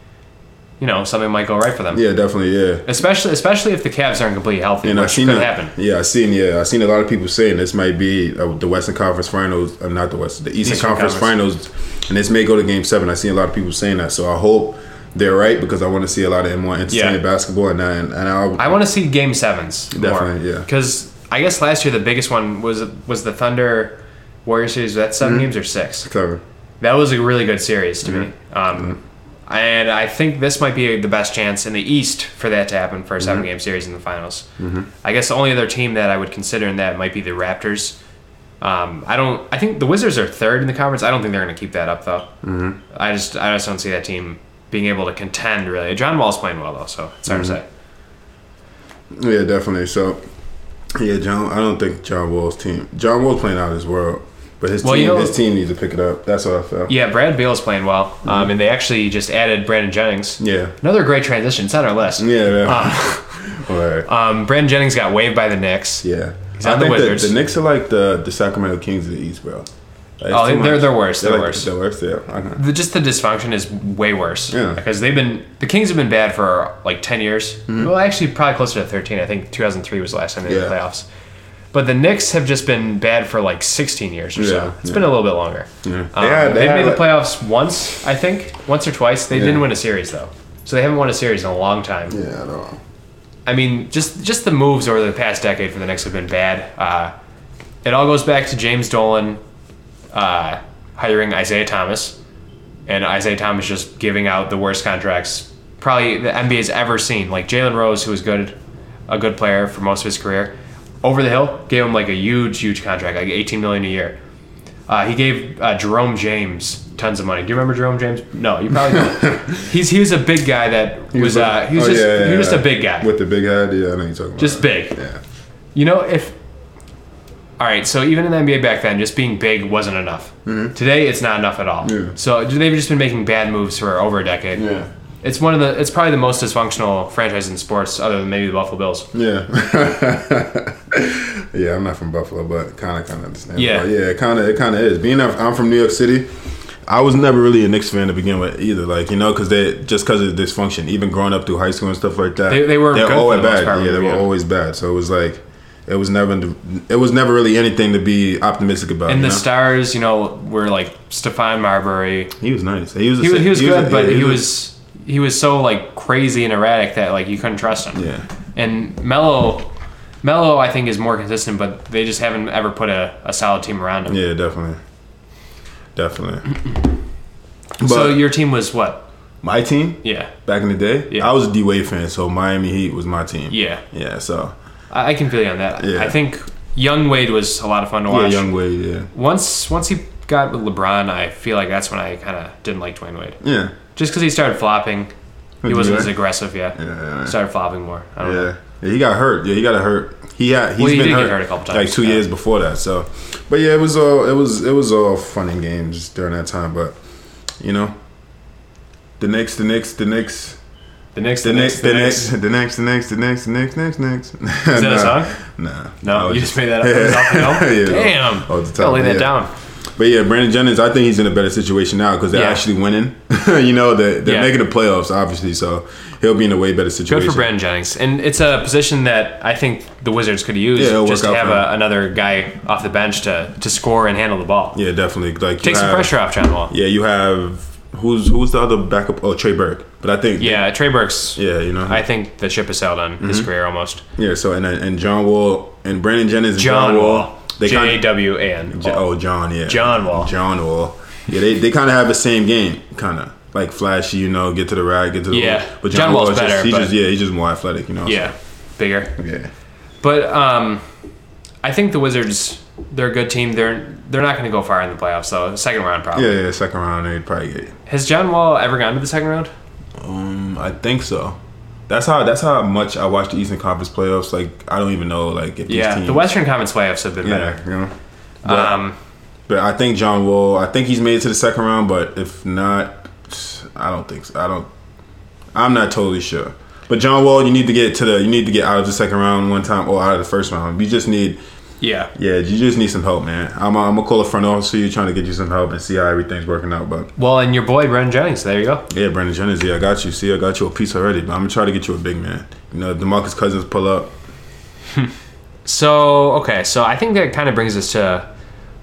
A: you know, something might go right for them.
B: yeah definitely yeah
A: Especially, especially if the Cavs aren't completely healthy,
B: And I
A: which
B: seen
A: could
B: a-
A: happen.
B: Yeah, I seen. Yeah, I seen a lot of people saying this might be uh, the Western Conference Finals. Uh, not the West, the Eastern,
A: Eastern
B: Conference, Finals, and this may go to Game Seven. I seen a lot of people saying that, so I hope they're right because I want to see a lot of more entertaining
A: Yeah.
B: basketball. And I, and I'll,
A: I want to see game sevens.
B: Definitely, yeah.
A: Because I guess last year the biggest one was was the Thunder Warrior series. Was that 7
B: Mm-hmm.
A: games or six?
B: clever.
A: That was a really good series to me.
B: Mm-hmm.
A: Um, And I think this might be the best chance in the East for that to happen for a 7
B: Mm-hmm.
A: game series in the finals. I guess the only other team that I would consider in that might be the Raptors. Um, I don't. I think the Wizards are third in the conference. I don't think they're going to keep that up though. Mm-hmm. I just. I just don't see that team being able to contend really. John Wall's playing well though, so it's hard
B: Mm-hmm.
A: to say.
B: Yeah, definitely. So, yeah, John. I don't think John Wall's team. John Wall's playing out of his world, but his
A: Well,
B: team.
A: you know-
B: his team needs to pick it up. That's what I felt.
A: Yeah, Brad Beal is playing well, um, and they actually just added Brandon Jennings.
B: Mm-hmm. Yeah.
A: Another great transition. It's on our list.
B: Yeah. yeah. All right.
A: Um, Brandon Jennings got waived by the Knicks.
B: Yeah.
A: on the
B: that
A: Wizards.
B: the Knicks are like the, the Sacramento Kings of the East, bro. Like, it's
A: Oh,
B: too
A: they're-
B: much.
A: they're worse, they're
B: like
A: worse.
B: The, worst, yeah. Okay.
A: The, just the dysfunction is way worse.
B: Yeah.
A: Because they've been the Kings have been bad for like ten years. Well, actually, probably closer to thirteen. I think two thousand three was the last time they were in the
B: Mm-hmm. Yeah.
A: playoffs. But the Knicks have just been bad for like sixteen years or
B: Yeah,
A: so. It's
B: yeah.
A: been a little bit longer. Um,
B: They had- they
A: they've
B: had
A: made the
B: a-
A: playoffs once, I think, once or twice. They
B: Yeah.
A: didn't win a series though, so they haven't won a series in a long time.
B: Yeah, I know.
A: I mean, just just the moves over the past decade for the Knicks have been bad. Uh, it all goes back to James Dolan uh, hiring Isaiah Thomas, and Isaiah Thomas just giving out the worst contracts probably the NBA's ever seen. Like Jalen Rose, who was good, a good player for most of his career, over the hill gave him like a huge, huge contract, like 18 million a year. Uh, he gave uh, Jerome James tons of money. Do you remember Jerome James? No, you probably don't. he's he was a big guy that was,
B: like-
A: uh, he was
B: oh,
A: just
B: yeah, yeah,
A: he was just
B: yeah.
A: a big guy,
B: With the big head, yeah, I know you're talking about.
A: just
B: that.
A: big.
B: Yeah.
A: You know, if all right, so even in the NBA back then, just being big wasn't enough. Today, it's not enough at all.
B: Mm-hmm. Yeah.
A: So they've just been making bad moves for over a decade.
B: Yeah.
A: It's one of the. It's probably the most dysfunctional franchise in sports, other than maybe the Buffalo Bills.
B: Yeah. yeah, I'm not from Buffalo, but kind of, kind of understand.
A: Yeah.
B: But yeah, it kind of, it kind of is. Being that I'm from New York City, I was never really a Knicks fan to begin with either. Like you know, because they just because of dysfunction, even growing up through high school and stuff like that,
A: They- they were good for
B: always
A: the most
B: bad.
A: part,
B: yeah, they were
A: yeah.
B: always bad. So it was like, it was never, it was never really anything to be optimistic about.
A: And
B: you
A: the
B: know?
A: stars, you know, were like Stefan Marbury.
B: he was nice. He was, a
A: He was,
B: sa-
A: he was good,
B: a-
A: but
B: yeah,
A: he
B: a-
A: was he was so like crazy and erratic that like you couldn't trust him.
B: yeah.
A: And Melo, Melo, I think is more consistent, but they just haven't ever put a, a solid team around him.
B: Yeah, definitely, definitely. But
A: so your team was what?
B: my team
A: Yeah,
B: back in the day,
A: Yeah.
B: I was a D Wade fan, so Miami Heat was my team.
A: yeah.
B: yeah. So
A: I, I can feel you on that.
B: Yeah.
A: I think young Wade was a lot of fun to
B: yeah,
A: watch.
B: young Wade. Yeah,
A: Once once he got with LeBron, I feel like that's when I kind of didn't like Dwayne Wade,
B: yeah,
A: just because he started flopping. He
B: Did
A: wasn't
B: he?
A: as aggressive yet.
B: yeah, yeah.
A: Started flopping more. I don't know.
B: yeah. Yeah, he got hurt. Yeah, he got hurt. He had he's
A: Well, he
B: been
A: did
B: hurt,
A: get hurt a couple times,
B: like two
A: yeah.
B: years before that. So, but yeah, it was all it was it was all fun and games during that time. But you know, the next, the next, the next.
A: The Knicks,
B: The next, the next, the next, the next, the next, the next, next, next. Is
A: Is that a song?
B: Nah. I
A: No,
B: was
A: you just made that up. Off the
B: Yeah.
A: dome? Damn.
B: Off the top,
A: Gotta lay that
B: yeah.
A: down.
B: But yeah, Brandon Jennings, I think he's in a better situation now because they're
A: Yeah.
B: actually winning. you know, they're, they're
A: Yeah.
B: making the playoffs, obviously, so he'll be in a way
A: Good
B: better situation.
A: for Brandon Jennings, and it's a position that I think the Wizards could use
B: Yeah, it'll
A: just
B: work
A: to
B: out
A: have
B: for
A: a, another guy off the bench to, to score and handle the ball.
B: Yeah, definitely. Like
A: Take
B: you
A: some
B: have-
A: pressure off John Wall.
B: Yeah, you have who's who's the other backup? Oh, Trey Burke. But I think
A: Yeah, Trey Burks.
B: yeah, you know,
A: I think the ship has sailed on his
B: Mm-hmm.
A: career almost.
B: yeah. So and and John Wall and Brandon Jennings, and
A: John Wall.
B: They kind
A: J
B: of
A: W A N.
B: oh John yeah
A: John Wall.
B: John Wall. Yeah, they they kind of have the same game, kind of like flashy, you know, get to the rack, get to the
A: Yeah.
B: But
A: John
B: John,
A: Wall's
B: Wall is
A: better,
B: just, he's
A: but-
B: just yeah, he's just more athletic, you know.
A: Yeah, bigger.
B: yeah.
A: But um, I think the Wizards, they're a good team. They're they're not going to go far in the playoffs though. Second round probably.
B: Yeah, yeah, second round they'd probably get.
A: Has John Wall ever gone to the second round?
B: Um, I think so. That's how that's how much I watch the Eastern Conference playoffs. Like I don't even know like if these
A: Yeah,
B: teams,
A: the Western Conference playoffs have been
B: yeah,
A: better.
B: you know. But,
A: Um,
B: but I think John Wall. I think he's made it to the second round. But if not, I don't think so. I don't. I'm not totally sure. But John Wall, you need to get to the. You need to get out of the second round one time or out of the first round. You just need.
A: yeah,
B: Yeah, you just need some help, man. I'm. I'm gonna call a front office to you, trying to get you some help and see how everything's working out. But
A: Well, and your boy Brendan Jennings. There you go.
B: Yeah, Brandon Jennings. Yeah, I got you. See, I got you a piece already, but I'm gonna try to get you a big man. You know, Demarcus Cousins pull up.
A: So okay, so I think that kind of brings us to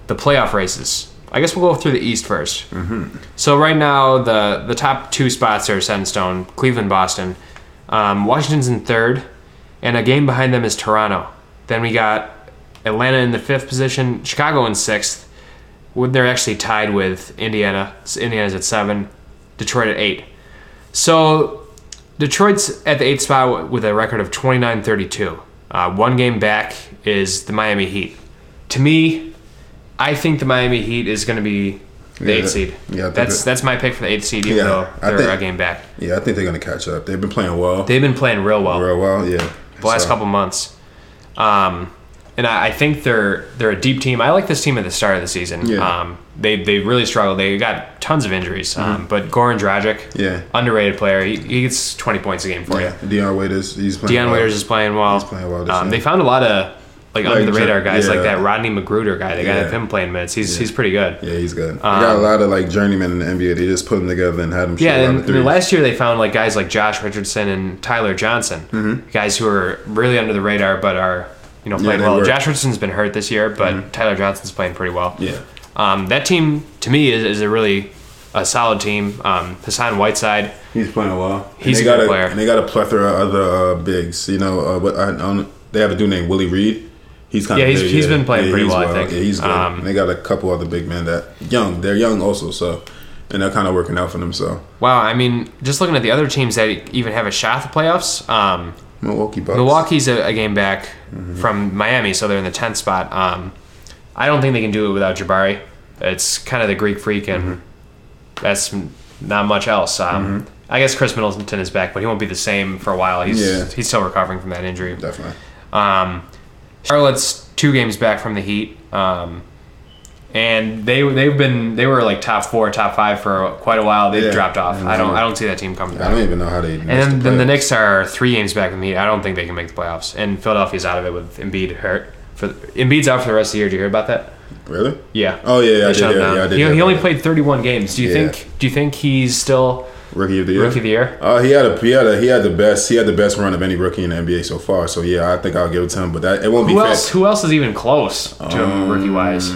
A: the playoff races. I guess we'll go through the East 1st Mm-hmm. So right now, the the top two spots are set in stone: Cleveland, Boston. Um, Washington's in third, and a game behind them is Toronto. Then we got Atlanta in the fifth position, Chicago in sixth. When they're actually tied with Indiana. Indiana's at seven, Detroit at eight. So Detroit's at the eighth spot with a record of 29 32. Uh, one game back is the Miami Heat. To me, I think the Miami Heat is going to be the
B: Yeah,
A: eighth seed.
B: yeah, I think
A: that's
B: it-
A: that's my pick for the eighth seed, even
B: Yeah,
A: though
B: I
A: they're
B: think-
A: a game back.
B: Yeah, I think they're gonna catch up. They've been playing well,
A: They've been playing real well
B: real well. Yeah,
A: the last
B: So,
A: couple months. Um, and I, I think they're they're a deep team. I like this team at the start of the season.
B: Yeah.
A: Um, they they really struggled. They got tons of injuries. Um, but Goran Dragic,
B: Mm-hmm. Yeah.
A: underrated player. He, he gets twenty points a game for
B: Yeah, Deion Waiters. He's playing.
A: you. Deion
B: well.
A: Waiters is playing well.
B: playing well this
A: um, they
B: year.
A: found a lot of like,
B: Like
A: under the radar
B: Dra-
A: guys, like
B: yeah.
A: that Rodney Magruder guy. They
B: Yeah.
A: got him playing minutes. He's he's pretty good.
B: Yeah, he's good. they got a lot of like journeymen in the NBA. They just put them together and had them. shoot
A: Um, Yeah,
B: a lot
A: and,
B: of
A: and
B: threes.
A: last year they found like guys like Josh Richardson and Tyler Johnson, guys who are really under the radar but are you know playing
B: Mm-hmm. they
A: well.
B: were. Mm-hmm.
A: Josh Richardson's been hurt this year, but Tyler Johnson's playing pretty well.
B: Yeah.
A: um, that team to me is, is a really a solid team. Um, Hassan Whiteside,
B: He's playing well. And
A: He's
B: they
A: a
B: got
A: good player.
B: And they got a plethora of other uh, bigs. You know, uh, what I, I don't, they have a dude named Willie Reed. He's kind
A: Yeah,
B: of
A: he's-
B: big,
A: he's been playing pretty well, I think.
B: Yeah, he's good.
A: Um,
B: And they got a couple other big men that young. They're young also, so and they're kind of working out for themselves.
A: Wow, I mean, just looking at the other teams that even have a shot at the playoffs, um,
B: Milwaukee Bucks.
A: Milwaukee's a, a game back
B: Mm-hmm.
A: from Miami, so they're in the tenth spot. Um, I don't think they can do it without Jabari. It's kind of the Greek freak, and
B: Mm-hmm.
A: that's m- not much else. Um, I guess Chris Middleton is back, but he won't be the same for a while. He's
B: Yeah.
A: he's still recovering from that injury.
B: definitely.
A: Um, Charlotte's two games back from the Heat, um, and they they've been they were like top four, top five for quite a while. They've
B: Yeah.
A: dropped off. I don't
B: Mhm.
A: I don't see that team coming
B: I
A: back.
B: don't even know how they.
A: And then, then the Knicks are three games back from the Heat. I don't think they can make the playoffs. And Philadelphia's out of it with Embiid hurt. For Embiid's out for the rest of the year. Did you hear about that?
B: really.
A: Yeah.
B: Oh yeah, yeah, I
A: They
B: did.
A: shut him
B: Yeah,
A: down.
B: yeah, I did.
A: he,
B: hear
A: he
B: about
A: only
B: that.
A: played 31 games. Do you
B: Yeah.
A: think? Do you think he's still
B: rookie of the year.
A: rookie of the year?
B: Uh, he had a he had a, he had the best he had the best run of any rookie in the NBA so far. So yeah, I think I'll give it to him. But that it won't be
A: Who else?
B: fair.
A: Who else is even close to
B: Um,
A: him rookie wise?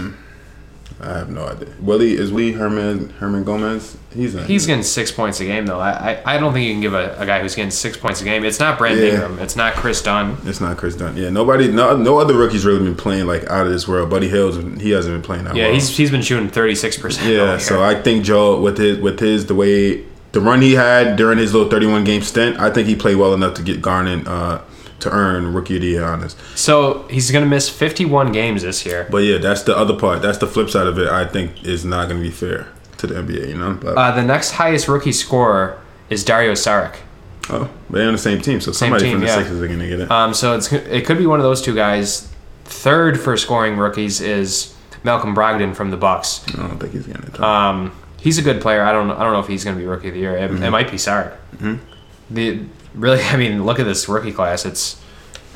B: I have no idea. Willie is Willie Herman Herman Gomez. He's in.
A: He's getting six points a game though. I I, I don't think you can give a, a guy who's getting six points a game. It's not Brandon
B: Yeah.
A: Ingram. It's not Chris Dunn.
B: It's not Chris Dunn. Yeah, nobody, no, no other rookies really been playing like out of this world. Buddy Hills, he hasn't been playing that
A: Yeah,
B: well.
A: he's he's been shooting 36 percent.
B: yeah. So I think Joe with his with his the way the run he had during his little 31 game stint, I think he played well enough to get Garnett uh, to earn Rookie of the Year honors.
A: so he's gonna miss 51 games this year.
B: But yeah, that's the other part. That's the flip side of it. I think is not going to be fair to the NBA. You know, but
A: Uh, the next highest rookie scorer is Dario Saric.
B: oh, they're on the same team, so somebody
A: team,
B: from the
A: yeah.
B: Sixers are going to get it.
A: Um, so it's it could be one of those two guys. Third for scoring rookies is Malcolm Brogdon from the Bucks.
B: I don't think he's going to.
A: Um, he's a good player. I don't I don't know if he's going to be rookie of the year. It, it might be Saric. The really, I mean, look at this rookie class. It's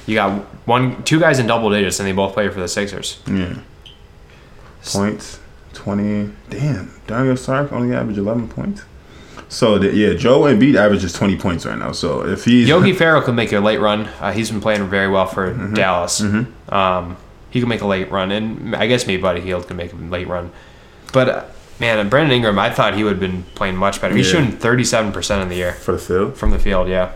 A: you got one two guys in double digits, and they both play for the Sixers.
B: Yeah. Points, 20. Damn, Dario Sark only averaged 11 points. So, the, yeah, Joe Embiid averages 20 points right now. So, if he's.
A: Yogi Farrell could make a late run. Uh, he's been playing very well for
B: Mm-hmm.
A: Dallas. Um, he could make a late run, and I guess maybe Buddy Hield could make a late run. But uh, man, Brandon Ingram, I thought he would have been playing much better. He's
B: Yeah.
A: shooting thirty-seven percent of the year
B: For the field?
A: from the field. Yeah,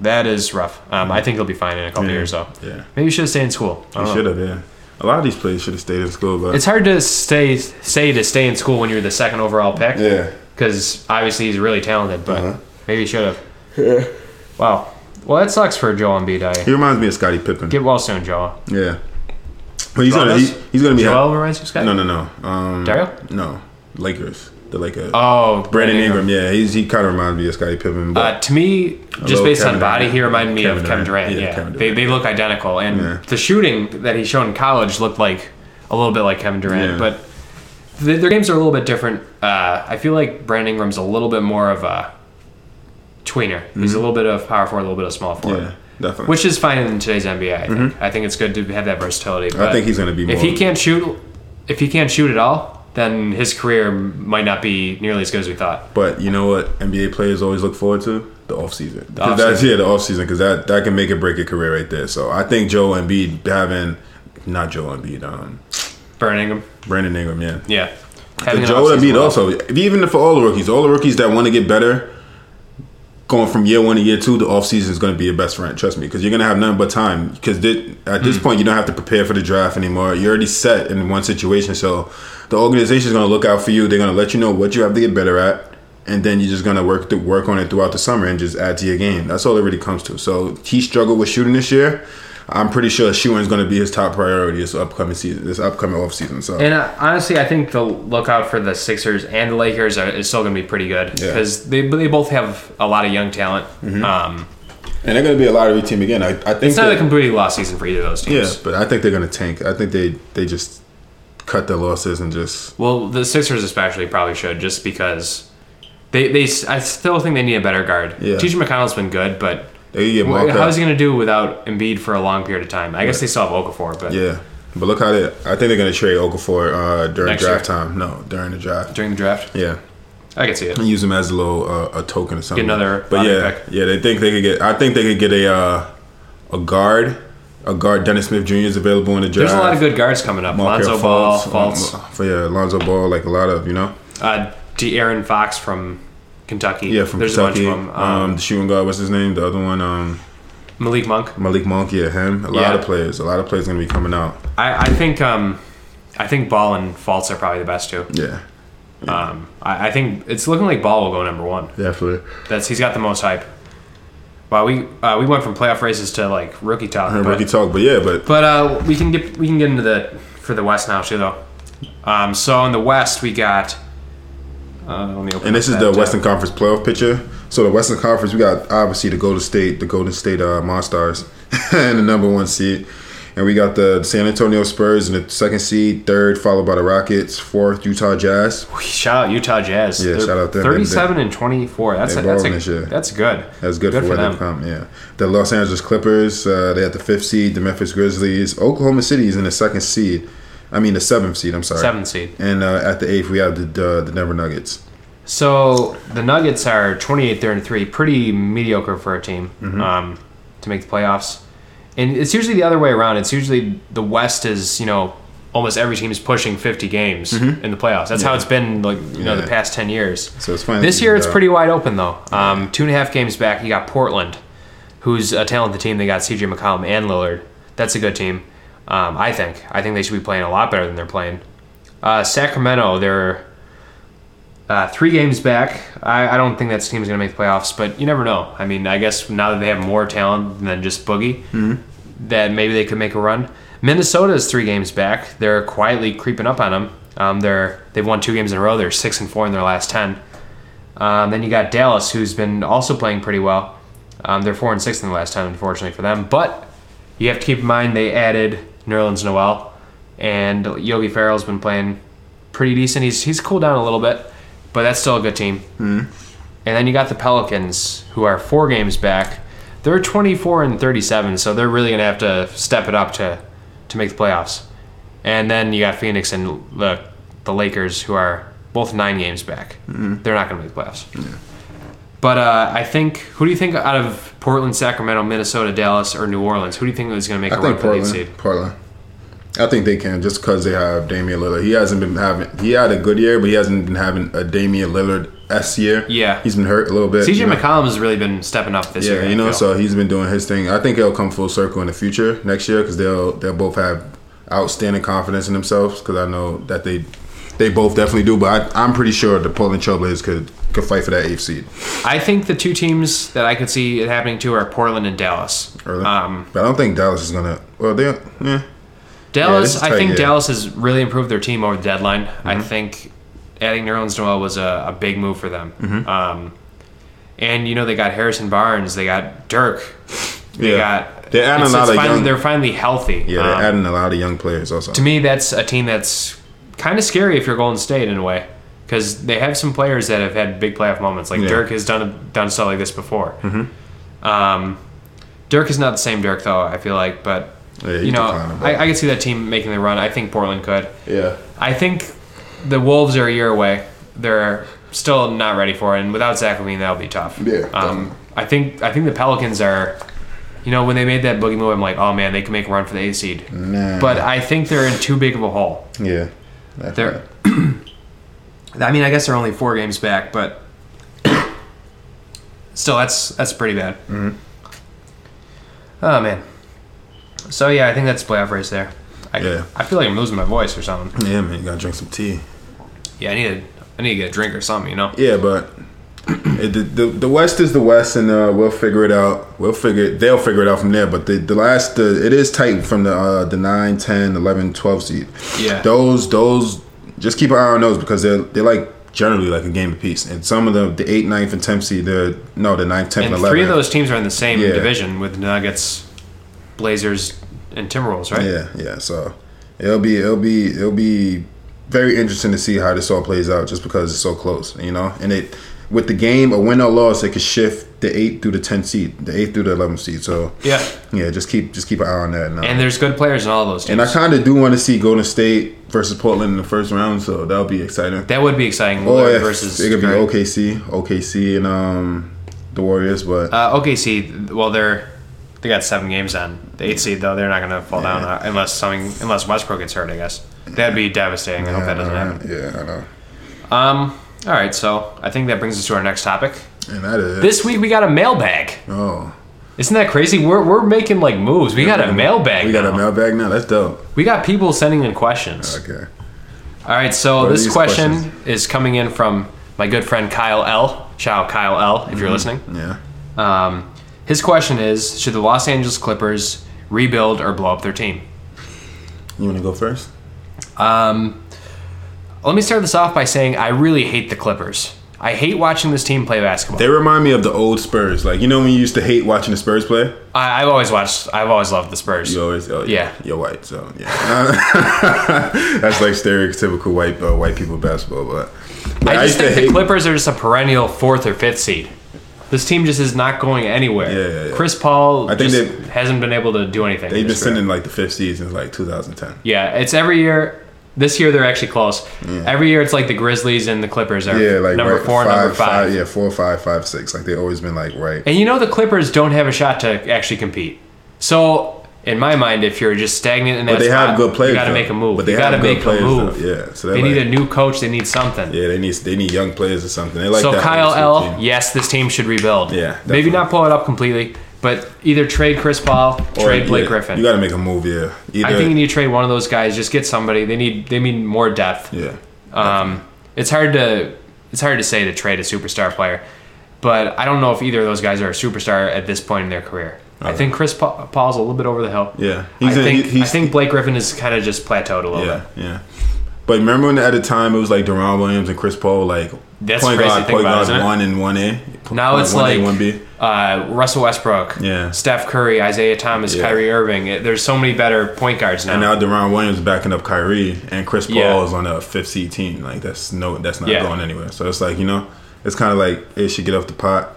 A: that is rough. Um, I think he'll be fine in a couple
B: Mm. Mm-hmm. Yeah.
A: years though.
B: Yeah.
A: Maybe he should have stayed in school. I don't
B: He
A: know.
B: should have, yeah. A lot of these players should have stayed in school, but.
A: It's hard to stay say to stay in school when you're the second overall pick.
B: yeah.
A: because obviously he's really talented, but
B: Uh-huh.
A: maybe he should have. Wow. Well, that sucks for Joel Embiid. I,
B: He reminds me of Scottie Pippen.
A: Get well soon, Joel.
B: yeah. But he's going to
A: Giannis?
B: he, he's gonna be.
A: Joel reminds you of Scott?
B: No, no, no. Um,
A: Dario?
B: No. Lakers. The Lakers.
A: Oh,
B: Brandon Ingram, yeah. He's, he kind of reminds me of Scottie Pippen. But
A: Uh, to me, just
B: little
A: based
B: Kevin
A: on body,
B: Durant.
A: he reminded me
B: Kevin
A: of Kevin
B: Durant.
A: Durant.
B: Yeah,
A: Yeah,
B: Kevin
A: They, they look identical, and
B: Yeah.
A: the shooting that he showed in college looked like a little bit like Kevin Durant,
B: Yeah.
A: but th- their games are a little bit different. Uh, I feel like Brandon Ingram's a little bit more of a tweener. He's a little bit of power forward, a little bit of small forward.
B: Mm-hmm. yeah, definitely.
A: Uh, Which is fine in today's NBA. I think, I think it's good to have that versatility. But
B: I think he's going to be more.
A: if he can't shoot, if he can't shoot at all, then his career might not be nearly as good as we thought.
B: But you know what NBA players always look forward to? The offseason.
A: off
B: Because that's yeah, the offseason because that, that can make or break your career right there. So I think Joe Embiid having not Joel Embiid, um
A: Burning him.
B: Brandon Ingram, yeah.
A: Yeah.
B: And
A: Having an
B: Joel
A: offseason
B: Embiid
A: without-
B: also. if- Even for all the rookies, all the rookies that want to get better, going from year one to year two, the offseason is going to be your best friend. Trust me, because you're going to have nothing but time. Because at
A: Hmm.
B: this point, you don't have to prepare for the draft anymore. You're already set in one situation. So the organization is going to look out for you. They're going to let you know what you have to get better at. And then you're just gonna work th- work on it throughout the summer and just add to your game. That's all it really comes to. So he struggled with shooting this year. I'm pretty sure shooting is gonna be his top priority this upcoming season, this upcoming offseason. So
A: And uh, honestly, I think the lookout for the Sixers and the Lakers are, is still going to be pretty good
B: Yeah. Mm-hmm.
A: because they they both have a lot of young talent. Um,
B: And they're going to be a lottery team again. I, I think
A: it's not
B: they-
A: a completely lost season for either of those
B: yeah,
A: teams.
B: but I think they're going to tank. I think they they just cut their losses and just
A: Well, the Sixers especially probably should just because they they s- I still think they need a better guard.
B: Yeah.
A: T.J. McConnell's been good, but
B: they get
A: wh-
B: marked
A: how's he
B: up.
A: going to do without Embiid for a long period of time? I guess they still have Okafor, but
B: Yeah, but look how they. I think they're going to trade Okafor uh, during
A: Next
B: draft
A: year.
B: time. No, during the draft.
A: during the draft,
B: Yeah,
A: I can see it.
B: and use them as a little uh, a token or something.
A: another
B: but
A: lottery
B: yeah,
A: pick.
B: yeah, they think they could get. I think they could get a uh, a guard. A guard, Dennis Smith Jr. is available in the draft.
A: There's a lot of good guards coming up.
B: Markelle
A: Lonzo Ball,
B: Fultz,
A: Fultz,
B: um, For yeah, Lonzo Ball, like a lot of you know.
A: uh, De'Aaron Fox from Kentucky.
B: Yeah, from
A: There's
B: Kentucky.
A: a bunch of them.
B: Um,
A: Um,
B: the shooting guard, what's his name? The other one, um,
A: Malik Monk.
B: Malik Monk, yeah, him. A lot
A: Yeah.
B: of players. A lot of players gonna be coming out.
A: I, I think um, I think Ball and Fultz are probably the best two.
B: Yeah,
A: Um, I, I think it's looking like Ball will go number one.
B: definitely.
A: That's he's got the most hype. Wow, we uh, we went from playoff races to like rookie talk,
B: And
A: but,
B: Uh, rookie talk, but yeah, but
A: but uh, we can get we can get into the for the West now too though. Um, so in the West we got. Uh, let me open
B: and this
A: up that
B: is the
A: tab.
B: Western Conference playoff picture. So the Western Conference, we got obviously the Golden State, the Golden State uh, Monstars, and the number one seed, and we got the San Antonio Spurs in the second seed, third followed by the Rockets, fourth Utah Jazz.
A: Shout out Utah Jazz.
B: Yeah, shout out them.
A: Thirty-seven and twenty-four. That's a,
B: They
A: that's
B: balling
A: a,
B: this year.
A: that's good.
B: That's good,
A: Good
B: for,
A: for
B: where
A: them.
B: they come. Yeah, the Los Angeles Clippers. Uh, they had the fifth seed. The Memphis Grizzlies. Oklahoma City is in the second seed. I mean the seventh seed. I'm sorry.
A: Seven seed.
B: And uh, at the eighth, we have the the, the Denver Nuggets.
A: So the Nuggets are 28 33, pretty mediocre for a team
B: Mm-hmm.
A: um, to make the playoffs. And it's usually the other way around. It's usually the West is, you know, almost every team is pushing 50 games in the playoffs. That's how it's been, like, you know, the
B: Mm-hmm. Yeah.
A: past 10 years.
B: So it's finally
A: This year it's
B: uh,
A: pretty wide open, though. Um, two and a half games back, you got Portland, who's a talented team. They got CJ McCollum and Lillard. That's a good team, um, I think. I think they should be playing a lot better than they're playing. Uh, Sacramento, they're uh, three games back. I, I don't think that team's going to make the playoffs, but you never know. I mean, I guess now that they have more talent than just Boogie, that maybe they could make a run. Minnesota is three games back. They're quietly creeping up on them. Um, they're they've won two games in a row. They're six and four in their last ten. Um, then you got Dallas, who's been also playing pretty well. Um, they're four and six in the last time, unfortunately for them. But you have to keep in mind they added Nerlens Noel, and Yogi Farrell's been playing pretty decent. He's he's cooled down a little bit, but that's still a good team. And then you got the Pelicans, who are four games back. They're 24 and 37, so they're really gonna have to step it up to to make the playoffs. And then you got Phoenix and the the Lakers, who are both nine games back.
B: Mm-hmm.
A: They're not gonna make the playoffs. But uh, I think who do you think out of Portland, Sacramento, Minnesota, Dallas, or New Orleans? Who do you think is going to make a
B: I
A: run
B: think
A: for the eighth seed?
B: Portland. Portland. I think they can just because they have Damian Lillard. He hasn't been having. He had a good year, but he hasn't been having a Damian Lillard s year.
A: Yeah.
B: he's been hurt a little bit. you
A: CJ
B: know?
A: McCollum has really been stepping up this year.
B: Yeah,
A: I
B: you know,
A: feel.
B: so he's been doing his thing. I think it'll come full circle in the future next year because they'll they'll both have outstanding confidence in themselves. Because I know that they they both definitely do. But I, I'm pretty sure the Portland Trailblazers could could fight for that eighth seed.
A: I think the two teams that I could see it happening to are Portland and Dallas.
B: Early.
A: Um,
B: but I don't think Dallas is gonna. Well, they yeah.
A: Dallas,
B: is
A: I
B: tight, Mm-hmm.
A: think
B: yeah.
A: Dallas has really improved their team over the deadline. I think adding Nerlens Noel was a, a big move for them.
B: Mm-hmm.
A: Um, and you know they got Harrison Barnes, they got Dirk, they
B: Yeah.
A: got.
B: They're adding
A: it's-
B: a lot
A: it's
B: of
A: finally-
B: young-
A: They're finally healthy.
B: Yeah,
A: Um,
B: they're adding a lot of young players also.
A: to me, that's a team that's kind of scary if you're Golden State in a way, because they have some players that have had big playoff moments. Like
B: Yeah. Mm-hmm.
A: Dirk has done done stuff like this before. Um, Dirk is not the same Dirk though. I feel like, but
B: Yeah,
A: you
B: he's
A: know,
B: declining, but-
A: I, I could see that team making the run. I think Portland could.
B: yeah,
A: I think the Wolves are a year away. They're still not ready for it, and without Zach Levine, that'll be tough.
B: Yeah, definitely.
A: Um, I think I think the Pelicans are. You know, when they made that boogie move, I'm like, oh man, they can make a run for the A seed.
B: nah,
A: But I think they're in too big of a hole.
B: yeah,
A: They're. I mean, I guess they're only four games back, but still, that's that's pretty bad. Oh man. So yeah, I think that's playoff race there. I,
B: Yeah.
A: I feel like I'm losing my voice or something.
B: yeah, man, you gotta drink some tea.
A: Yeah, I need to, I need to get a drink or something, you know.
B: Yeah, but it, the, the the West is the West, and uh, we'll figure it out. We'll figure it, they'll figure it out from there. But the, the last the, it is tight from the uh, the 9, 10, 11, 12 seed.
A: Yeah.
B: those those just keep an eye on those because they're they like generally like a game apiece. And some of the the eight, ninth, and tenth seed, they're no the ninth, tenth,
A: And
B: and
A: three
B: eleventh.
A: of those teams are in the same
B: Yeah.
A: division with Nuggets, Blazers, and Timberwolves, right?
B: Yeah, yeah. So it'll be it'll be it'll be very interesting to see how this all plays out, just because it's so close, you know. And it with the game, a win or loss, it could shift the eight through the ten seed, the eight through the eleven seed. So
A: Yeah.
B: yeah, just keep just keep an eye on that. Now.
A: And
B: And,
A: there's good players in all those teams.
B: I kind of do want to see Golden State versus Portland in the first round, so that'll be exciting.
A: that would be exciting.
B: Or
A: Lillard
B: if
A: versus
B: it could be
A: Curry.
B: OKC, OKC, and um the Warriors, but.
A: Uh, OKC, well, they're they got seven games on the eighth seed though. They're not going to fall down uh, unless something unless Westbrook gets hurt. I guess that'd be devastating. I hope that doesn't happen.
B: uh, Yeah, I know.
A: Um, all right, so I think that brings us to our next topic.
B: And that is
A: This week we got a mailbag.
B: oh
A: Isn't that crazy? We're, we're making like moves. We got a mailbag.
B: We got a
A: now.
B: mailbag now. That's dope.
A: We got people sending in questions.
B: Okay.
A: All right, so
B: are
A: this
B: these
A: question
B: questions?
A: is coming in from my good friend Kyle L. Shout out Kyle L. If you're listening.
B: Yeah.
A: Um, his question is: Should the Los Angeles Clippers rebuild or blow up their team?
B: You want to go first?
A: Let me start this off by saying I really hate the Clippers. I hate watching this team play basketball.
B: They remind me of the old Spurs. Like you know when you used to hate watching the Spurs play.
A: I, I've always watched. I've always loved the Spurs.
B: You always, oh,
A: Yeah.
B: you're white, so yeah. That's like stereotypical white uh, white people basketball, but, but
A: I just
B: used to
A: think the
B: hate-
A: Clippers are just a perennial fourth or fifth seed. This team just is not going anywhere.
B: Yeah, yeah, yeah.
A: Chris Paul
B: I think
A: just hasn't been able to do anything.
B: They've been
A: this year.
B: sending like the fifth seed since like 2010.
A: Yeah, it's every year. This year they're actually close. Every year it's like the Grizzlies and the Clippers are
B: Yeah, like
A: number
B: right,
A: four, and number five.
B: Yeah, four, five, five, six. Like they've always been like right.
A: And you know the Clippers don't have a shot to actually compete. So in my mind, if you're just stagnant in that
B: But they
A: spot,
B: have good players.
A: you got to
B: though.
A: make a move.
B: But they
A: you
B: have
A: got to
B: good
A: make a
B: players,
A: move.
B: though. Yeah, so
A: They
B: like,
A: need a new coach. They need something.
B: Yeah, they need they need young players or something. They like
A: so
B: that
A: Kyle L,
B: team.
A: yes, this team should rebuild.
B: Yeah,
A: maybe
B: definitely.
A: not pull it up completely, but either trade Chris Paul,
B: Or,
A: trade Blake
B: yeah,
A: Griffin.
B: You got to make a move. Yeah, either.
A: I think you need to trade one of those guys. Just get somebody. They need they need more depth.
B: yeah.
A: Um, it's hard to it's hard to say to trade a superstar player, but I don't know if either of those guys are a superstar at this point in their career. I think Chris Pa- Paul's a little bit over the hill.
B: Yeah.
A: I
B: He's a-
A: think
B: he's-
A: I think Blake Griffin is kind of just plateaued a little
B: Yeah,
A: bit.
B: yeah. But remember when at the time it was like Deron Williams and Chris Paul, like
A: That's crazy to think about, isn't it?
B: one and one A.
A: Now it's
B: one
A: like
B: one B.
A: Uh, Russell Westbrook,
B: Yeah.
A: Steph Curry, Isaiah Thomas,
B: Yeah.
A: Kyrie Irving. It- There's so many better point guards now.
B: And now Deron Williams is backing up Kyrie, and Chris Paul
A: Yeah.
B: is on a fifth seed team. Like that's no, that's not
A: Yeah.
B: going anywhere. So it's like you know, it's kind of like it should get off the pot.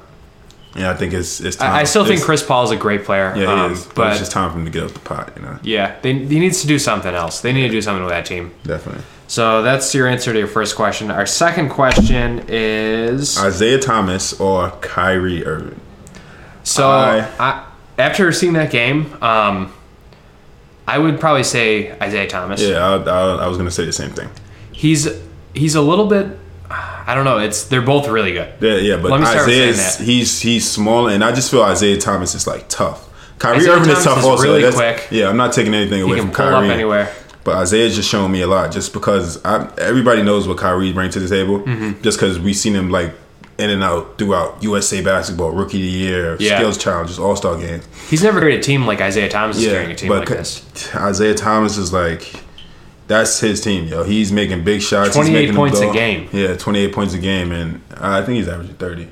B: Yeah, I think it's it's time.
A: I, I still think
B: It's-
A: Chris Paul is a great player.
B: Yeah,
A: um,
B: he is. But,
A: But
B: it's just time for him to get off the pot. You know,
A: yeah, they, he needs to do something else. They need to do something with that team.
B: definitely.
A: So that's your answer to your first question. Our second question is.
B: Isaiah Thomas or Kyrie Irving.
A: So
B: I-
A: I, after seeing that game, um, I would probably say Isaiah Thomas.
B: Yeah, I, I, I was gonna say the same thing.
A: He's he's a little bit. I don't know. It's they're both really good.
B: Yeah, yeah, but
A: Let me start with saying
B: Isaiah's
A: that.
B: he's he's small, and I just feel Isaiah Thomas is like tough. Kyrie
A: Isaiah
B: Irving
A: Thomas
B: is tough
A: is
B: also.
A: really
B: That's-
A: quick.
B: Yeah, I'm not taking anything
A: He
B: away
A: can
B: from
A: pull
B: Kyrie.
A: up anywhere.
B: But Isaiah's just showing me a lot, just because I, everybody knows what Kyrie brings to the table.
A: Mm-hmm.
B: Just because we've seen him like in and out throughout USA basketball, Rookie of the Year,
A: Yeah.
B: Skills Challenges, All Star games.
A: He's never carried a team like Isaiah Thomas is carrying a team like
B: c-
A: this.
B: Isaiah Thomas is like that's his team, yo. He's making big shots. He's
A: 28
B: making them
A: points a
B: go-
A: game.
B: Yeah, 28 points a game, and I think he's averaging 30.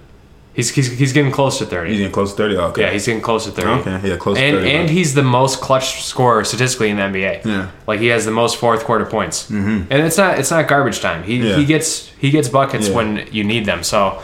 A: He's he's, he's getting close to thirty.
B: He's getting close to 30. Oh, okay.
A: yeah, he's getting close to thirty.
B: Okay, yeah, close to
A: and
B: 30,
A: and
B: but-
A: he's the most clutch scorer statistically in the NBA.
B: Yeah.
A: like he has the most fourth quarter points. Mm-hmm. And it's not it's not garbage time. He
B: Yeah.
A: he gets he gets buckets
B: Yeah.
A: when you need them. So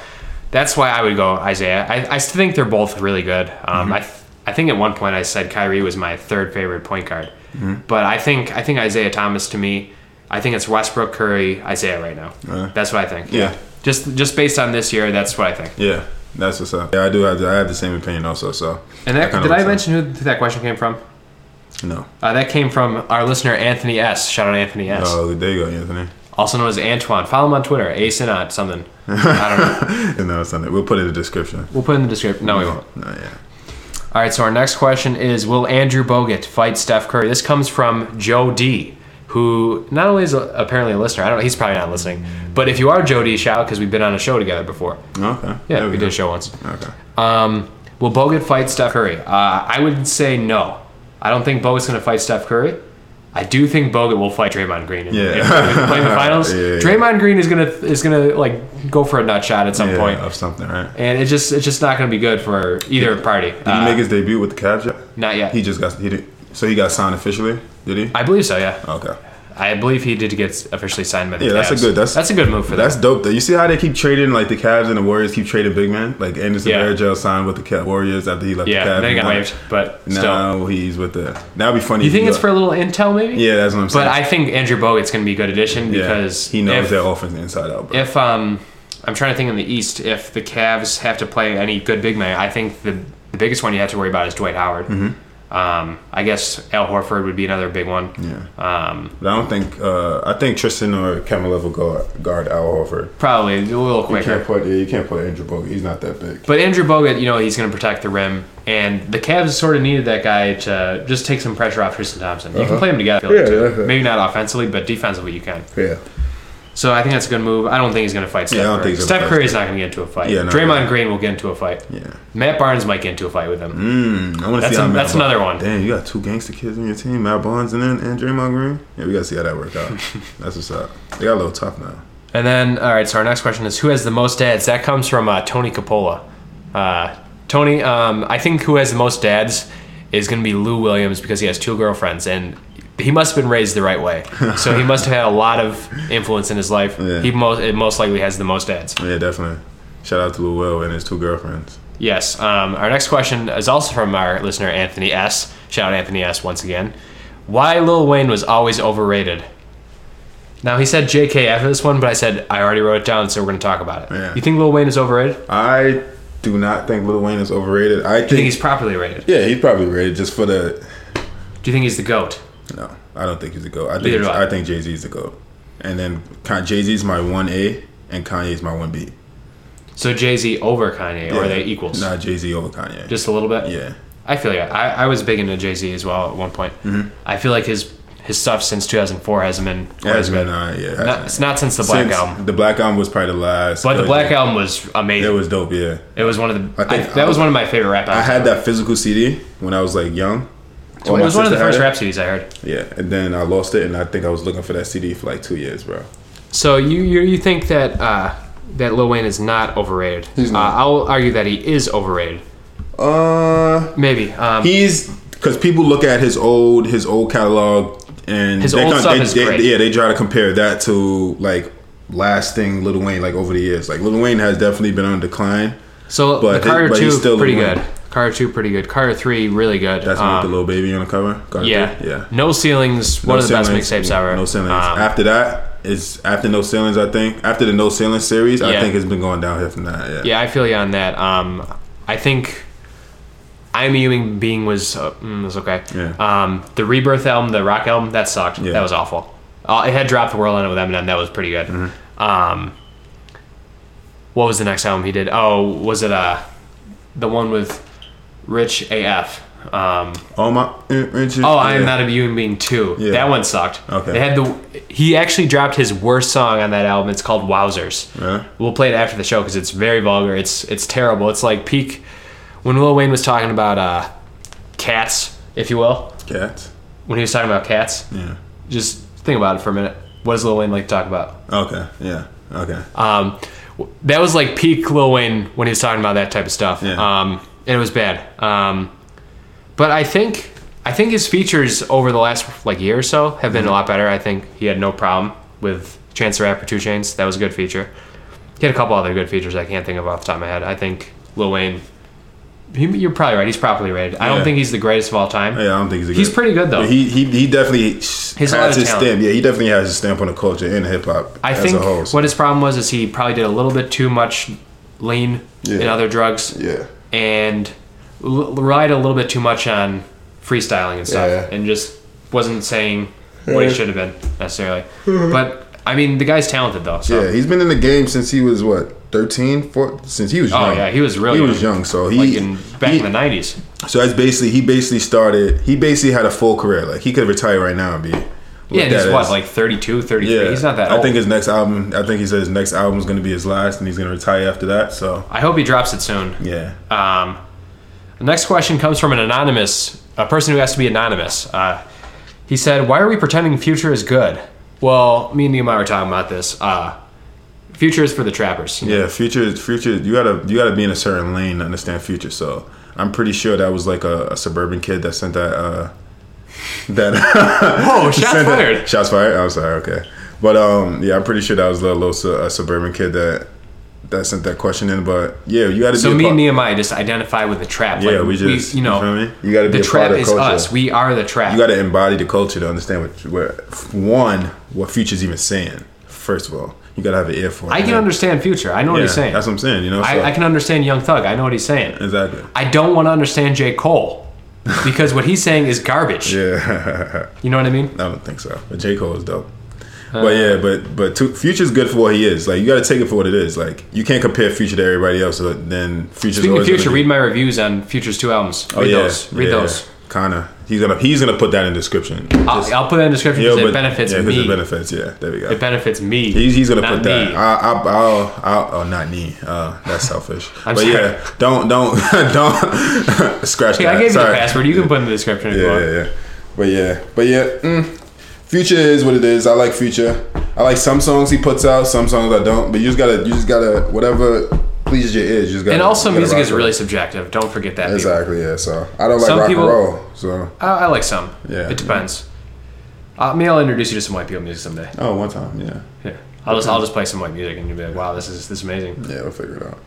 A: that's why I would go Isaiah. I, I still think they're both really good.
B: Mm-hmm.
A: Um, I th- I think at one point I said Kyrie was my third favorite point guard,
B: Mm-hmm.
A: but I think I think Isaiah Thomas to me. I think it's Westbrook, Curry, Isaiah right now. that's what I think.
B: Yeah.
A: Just just based on this year, that's what I think.
B: Yeah, that's what's up. Yeah, I do have the, I have the same opinion also. So
A: And that,
B: kinda
A: did I
B: makes
A: mention who th- that question came from?
B: sense. No.
A: Uh, that came from our listener Anthony S. Shout out Anthony S.
B: Oh, there you go, Anthony.
A: also known as Antoine. Follow him on Twitter, Asenot something. I don't know.
B: no, it's not. We'll put it in the description. Oh,
A: We'll put it in the description. No, we won't.
B: No, yeah.
A: All right. So our next question is: Will Andrew Bogut fight Steph Curry? This comes from Joe D, who not only is a, apparently a listener. I don't. He's probably not listening. But if you are Joe D, shout out because we've been on a show together before.
B: Okay.
A: Yeah,
B: There
A: we
B: go.
A: did a show once.
B: Okay.
A: Um, will Bogut fight Steph Curry? Uh, I would say no. I don't think Bogut's going to fight Steph Curry. I do think Bogut will fight Draymond Green.
B: Yeah.
A: If they play in the finals,
B: Yeah, yeah.
A: Draymond Green is gonna is gonna like go for a nut shot at some
B: Yeah,
A: point,
B: of something, right? Did
A: and it just it's just not gonna be good for either party.
B: he
A: Uh,
B: make his debut with the Cavs yet?
A: not yet.
B: He just got he did. So he got signed officially. Did he?
A: I believe so. Yeah,
B: okay.
A: I believe he did get officially signed by the
B: Yeah, that's a
A: Cavs.
B: good- that's-
A: a good move for them.
B: That's dope though. You see how they keep trading like the Cavs and the Warriors keep trading big men. Like Anderson
A: Yeah.
B: Varejao signed with the Ca- Warriors after he left
A: Yeah,
B: the Cavs.
A: they got
B: Now-
A: waived, but still.
B: Now he's with the. That'd be funny.
A: You think it's for a little intel, maybe?
B: Yeah, that's what I'm saying.
A: But I think Andrew Bogut's gonna be a good addition
B: Yeah,
A: because
B: he knows
A: if-
B: their offense inside out. Bro.
A: if um I'm trying to think in the East if the Cavs have to play any good big man, I think the, the biggest one you have to worry about is Dwight Howard.
B: Mm-hmm.
A: Um, I guess Al Horford would be another big one. Yeah. Um,
B: But I don't think. Uh, I think Tristan or Kemba will guard, guard Al Horford.
A: probably a little
B: You can't
A: quicker.
B: put. Yeah, you can't put Andrew Bogut. He's not that big.
A: But Andrew Bogut, you know, he's going to protect the rim, and the Cavs sort of needed that guy to just take some pressure off Tristan Thompson. You can play them together, I feel like,
B: Uh-huh. Yeah,
A: too.
B: yeah, yeah.
A: maybe not offensively, but defensively you can.
B: Yeah.
A: So I think that's a good move. I don't think he's going to fight Steph
B: Yeah, I don't
A: Curry.
B: think he's gonna
A: Steph
B: fight
A: Curry's not going to get into a fight.
B: Yeah, no,
A: Draymond
B: no.
A: Green will get into a fight.
B: Yeah.
A: Matt Barnes might get into a fight with him.
B: Mm, I want to
A: That's
B: see. how
A: an-
B: Matt
A: that's
B: Barnes-
A: another one.
B: Damn, you got two gangster kids on your team, Matt Barnes and then and Draymond Green. Yeah, we gotta see how that work out. that's what's up. They got a little tough now.
A: And then, all right. So our next question is, who has the most dads? That comes from uh, Tony Capola. Uh, Tony, um, I think who has the most dads is going to be Lou Williams because he has two girlfriends, and he must have been raised the right way. So he must have had a lot of influence in his life.
B: Yeah.
A: He most most likely has the most dads.
B: Yeah, definitely. Shout out to Lil Will and his two girlfriends.
A: Yes. Um, our next question is also from our listener Anthony S. Shout out Anthony S. Once again. Why Lil Wayne was always overrated? Now he said JK after this one, but I said I already wrote it down, so we're going to talk about it.
B: Yeah.
A: You think Lil Wayne is overrated?
B: I do not think Lil Wayne is overrated. I think,
A: Do you think he's properly rated?
B: yeah, he's probably rated just for the.
A: Do you think he's the goat?
B: No, I don't think he's a goat. I
A: Neither
B: think
A: do
B: I.
A: I.
B: think Jay Z's a goat, and then Jay Z's my one A and Kanye's my one B.
A: So Jay Z over Kanye, or are they equals?
B: Nah, Jay Z over Kanye.
A: Just a little bit.
B: yeah,
A: I feel you. I, I was big into Jay Z as well at one point.
B: Mm-hmm.
A: I feel like his his stuff since 2004 hasn't been.
B: it has been.
A: not-
B: Uh, yeah, it has
A: it's not since the Black
B: been. Since
A: Album,
B: The black album was probably the last.
A: but the Black
B: album.
A: Album was amazing.
B: It was dope. Yeah.
A: It was one of the.
B: I think
A: I- that was one of my favorite rap albums.
B: I had that physical CD when I was like young. Or
A: it
B: my
A: was one of the
B: sister
A: first
B: had
A: rap CDs I heard.
B: it. Yeah, and then I lost it, and I think I was looking for that CD for like two years, bro.
A: So you you, you think that uh, that Lil Wayne is not overrated?
B: He's not.
A: Uh, I'll argue that he is overrated.
B: Uh,
A: Maybe. Um,
B: he's because people look at his old his old catalog and
A: His old
B: con-
A: stuff is great.
B: yeah they try to compare that to like lasting Lil Wayne like over the years. Like Lil Wayne has definitely been on decline.
A: so
B: but
A: the
B: they-
A: Carter
B: but
A: two
B: he's still
A: pretty
B: Lil Wayne.
A: good. Carter two pretty good. Carter three really good.
B: That's when with the
A: Um,
B: little baby on the cover. Got it?
A: yeah.
B: yeah.
A: No ceilings. One
B: No
A: of the best
B: Ceilings,
A: mixtapes ever.
B: No ceilings.
A: Um,
B: after that is after no ceilings. I think after the no ceilings series, I
A: Yeah.
B: think it's been going downhill from that. Yeah.
A: yeah, I feel you on that. Um, I think I'm a Human Being was uh, mm, was okay.
B: Yeah.
A: Um, the Rebirth album, the rock album, that sucked.
B: Yeah.
A: That was awful. Uh, it had Drop the World on it with Eminem. That was pretty good.
B: Mm-hmm.
A: Um, what was the next album he did? Oh, was it uh, the one with Rich AF? Um,
B: All my inches.
A: oh, I am not a human being too.
B: Yeah.
A: That one sucked.
B: Okay.
A: They had the he actually dropped his worst song on that album. It's called Wowzers.
B: Really?
A: We'll play it after the show because it's very vulgar. It's it's terrible. It's like peak when Lil Wayne was talking about uh, cats, if you will.
B: Cats.
A: When he was talking about cats,
B: Yeah.
A: just think about it for a minute. What does Lil Wayne like to talk about?
B: Okay. Yeah. Okay.
A: Um, w- that was like peak Lil Wayne when he was talking about that type of stuff.
B: Yeah.
A: Um, and it was bad. Um, but I think I think his features over the last like year or so have
B: Mm-hmm.
A: been a lot better. I think he had no problem with Chance the Rapper Two Chains. That was a good feature. He had a couple other good features I can't think of off the top of my head. I think Lil Wayne. He, you're probably right. He's properly rated. I don't
B: Yeah.
A: think he's the greatest of all time.
B: yeah. I don't think he's. A
A: He's pretty good, though.
B: But he he he definitely has
A: He's a lot of
B: his
A: talent.
B: stamp. Yeah, he definitely has his stamp on the culture and hip hop
A: I
B: as
A: think
B: a whole. So,
A: what his problem was is he probably did a little bit too much lean
B: Yeah.
A: and other drugs.
B: yeah.
A: and l- relied a little bit too much on freestyling and stuff,
B: Yeah.
A: and just wasn't saying what he
B: Yeah.
A: should have been necessarily. but I mean, the guy's talented though. So.
B: Yeah, he's been in the game since he was what 13, 14, since he was young.
A: Oh yeah, he was really
B: he was young, so he
A: like in, back
B: he-
A: in the nineties.
B: So that's basically he basically started. He basically had a full career. Like he could retire right now and be.
A: Yeah, and he's
B: that
A: what
B: is.
A: like 32, 33?
B: yeah,
A: He's not that
B: I
A: old.
B: think his next album. I think he said his next album is going to be his last, and he's going to retire after that. So
A: I hope he drops it soon.
B: yeah,
A: Um, the next question comes from an anonymous, a person who has to be anonymous. Uh, he said, "Why are we pretending future is good?" Well, me and Nehemiah were talking about this. Uh, future is for the trappers.
B: yeah. Future, future. You gotta you gotta be in a certain lane to understand future. So I'm pretty sure that was like a, a suburban kid that sent that. uh That
A: Oh, shots
B: Sent that-
A: fired!
B: Shots fired. I'm sorry. Okay, but um, yeah, I'm pretty sure that was a little su- a suburban kid that that sent that question in. But yeah, you got to
A: So
B: be a
A: me
B: part-
A: and Nehemiah just identify with the trap.
B: Yeah, we just
A: you know,
B: feel me? You gotta
A: the
B: be a part
A: trap
B: of
A: is
B: culture.
A: us. We are the trap.
B: you got to embody the culture to understand what, what one what future's even saying. First of all, you got to have an ear for it.
A: I can
B: Yeah.
A: understand future. I know what
B: Yeah,
A: he's saying.
B: That's what I'm saying. You know, so,
A: I, I can understand Young Thug. I know what he's saying.
B: exactly.
A: I don't want to understand J Cole. because what he's saying is garbage.
B: Yeah,
A: You know what I mean?
B: I don't think so. But J Cole is dope. but yeah, but but to, Future's good for what he is. Like you got to take it for what it is. Like you can't compare Future to everybody else. So then Future's
A: Speaking of
B: always gonna
A: Future,
B: be- Oh,
A: read my reviews on Future's two albums. Read those. Read those.
B: Kinda. He's gonna he's gonna put that in description.
A: I'll, I'll put that in the description
B: Yeah,
A: because
B: but-
A: it benefits
B: yeah, 'cause
A: me.
B: It benefits. Yeah, there we go.
A: it benefits me.
B: He's, he's gonna
A: not
B: put that.
A: me.
B: I, I, I'll, I'll, oh, not me. Uh, that's selfish.
A: I'm
B: but
A: sorry.
B: yeah, don't, don't, don't scratch
A: Hey,
B: that.
A: I gave you
B: Sorry.
A: the password. You can put it in the description if you
B: Yeah,
A: want.
B: yeah, yeah. But yeah, but yeah. Mm. Future is what it is. I like Future. I like some songs he puts out, some songs I don't. But you just gotta, you just gotta, whatever pleases your ears. You just gotta.
A: And also,
B: you gotta
A: music
B: rock
A: is
B: with
A: really
B: it.
A: subjective. Don't forget that. people.
B: exactly yeah. So I don't like
A: Some
B: rock
A: people-
B: and roll. So
A: I, I like some.
B: Yeah.
A: It depends. Uh, maybe I'll introduce you to some white people music someday.
B: oh, one time, yeah,
A: Here. I'll just I'll just play some white music and you'll be like, wow, this is this is amazing.
B: yeah, we'll figure it out.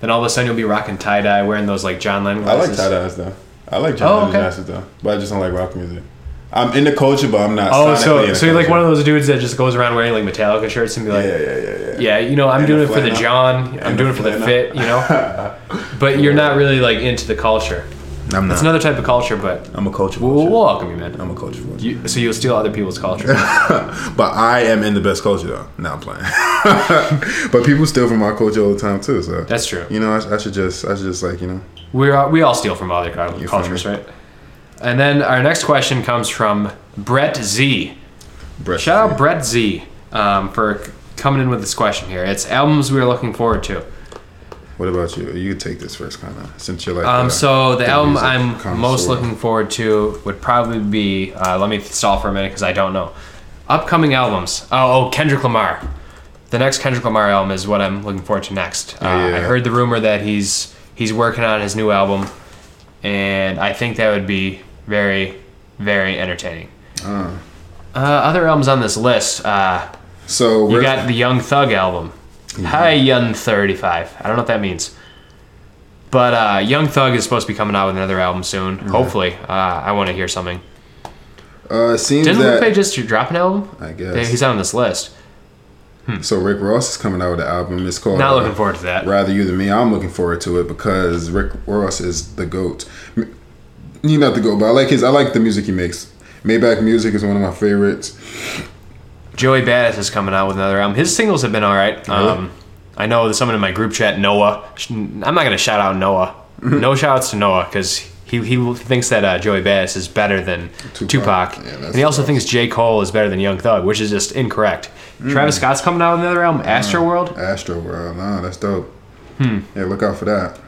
A: Then all of a sudden you'll be rocking tie dye, wearing those like John Lennon
B: I like
A: glasses.
B: tie dyes though. I like
A: Oh,
B: John Lennon's
A: okay.
B: glasses though, but I just don't like rock music. I'm in the culture, but I'm not.
A: Oh,
B: sonically in
A: so
B: the
A: so you're like
B: culture.
A: one of those dudes that just goes around wearing like Metallica shirts and be like,
B: Yeah,
A: yeah,
B: yeah, yeah, yeah.
A: you know, I'm
B: And
A: doing
B: the
A: it for the
B: flannel.
A: John, I'm
B: the
A: doing it for the
B: flannel.
A: fit, you know. but you're not really like into the culture.
B: I'm not.
A: It's another type of culture, but
B: I'm a culture.
A: we'll,
B: vulture.
A: we'll welcome you, man.
B: I'm a culture. vulture.
A: You, so you'll steal other people's culture.
B: But I am in the best culture though. Now I'm playing. but people steal from my culture all the time too. So
A: That's true.
B: You know, I, I should just, I should just like, you know,
A: We're all, we all steal from other cul-
B: feel me?
A: cultures, right? And then our next question comes from Brett Z.
B: brush.
A: Shout
B: it.
A: out Brett Z um, for c- coming in with this question here. It's albums we are looking forward to.
B: What about you? You can take this first, kind of, since you're like.
A: Um,
B: uh,
A: so the
B: the
A: album
B: music
A: I'm
B: connoisseur.
A: most looking forward to would probably be. Uh, let me stall for a minute because I don't know. Upcoming albums. Oh, oh, Kendrick Lamar. The next Kendrick Lamar album is what I'm looking forward to next. Uh,
B: Oh, yeah.
A: I heard the rumor that he's he's working on his new album, and I think that would be very, very entertaining. Uh, other albums on this list. Uh,
B: So
A: you
B: we're,
A: got the Young Thug album.
B: Mm-hmm.
A: Hi, Young 35. I don't know what that means. But uh, Young Thug is supposed to be coming out with another album soon. Hopefully. Uh, I want to hear something.
B: uh, it seems
A: Didn't
B: that
A: Lupe just drop an album?
B: I
A: Yeah,
B: guess.
A: He's on this list.
B: So Rick Ross is coming out with an album. It's called.
A: Not
B: uh,
A: looking forward to that.
B: Rather you than me. I'm looking forward to it because Rick Ross is the goat. M- He not the goat, but I like his. I like the music he makes. Maybach Music is one of my favorites.
A: Joey Badass is coming out with another album. His singles have been all right. Um, I know there's someone in my group chat, Noah. sh- I'm not going to shout out Noah. no shout outs to Noah because he, he thinks that uh, Joey Badass is better than Tupac.
B: Yeah, that's
A: and he also
B: rough.
A: thinks J. Cole is better than Young Thug, which is just incorrect.
B: Mm.
A: Travis Scott's coming out with another album, Astroworld.
B: Astro World. Nah, that's dope. Yeah, look out for that.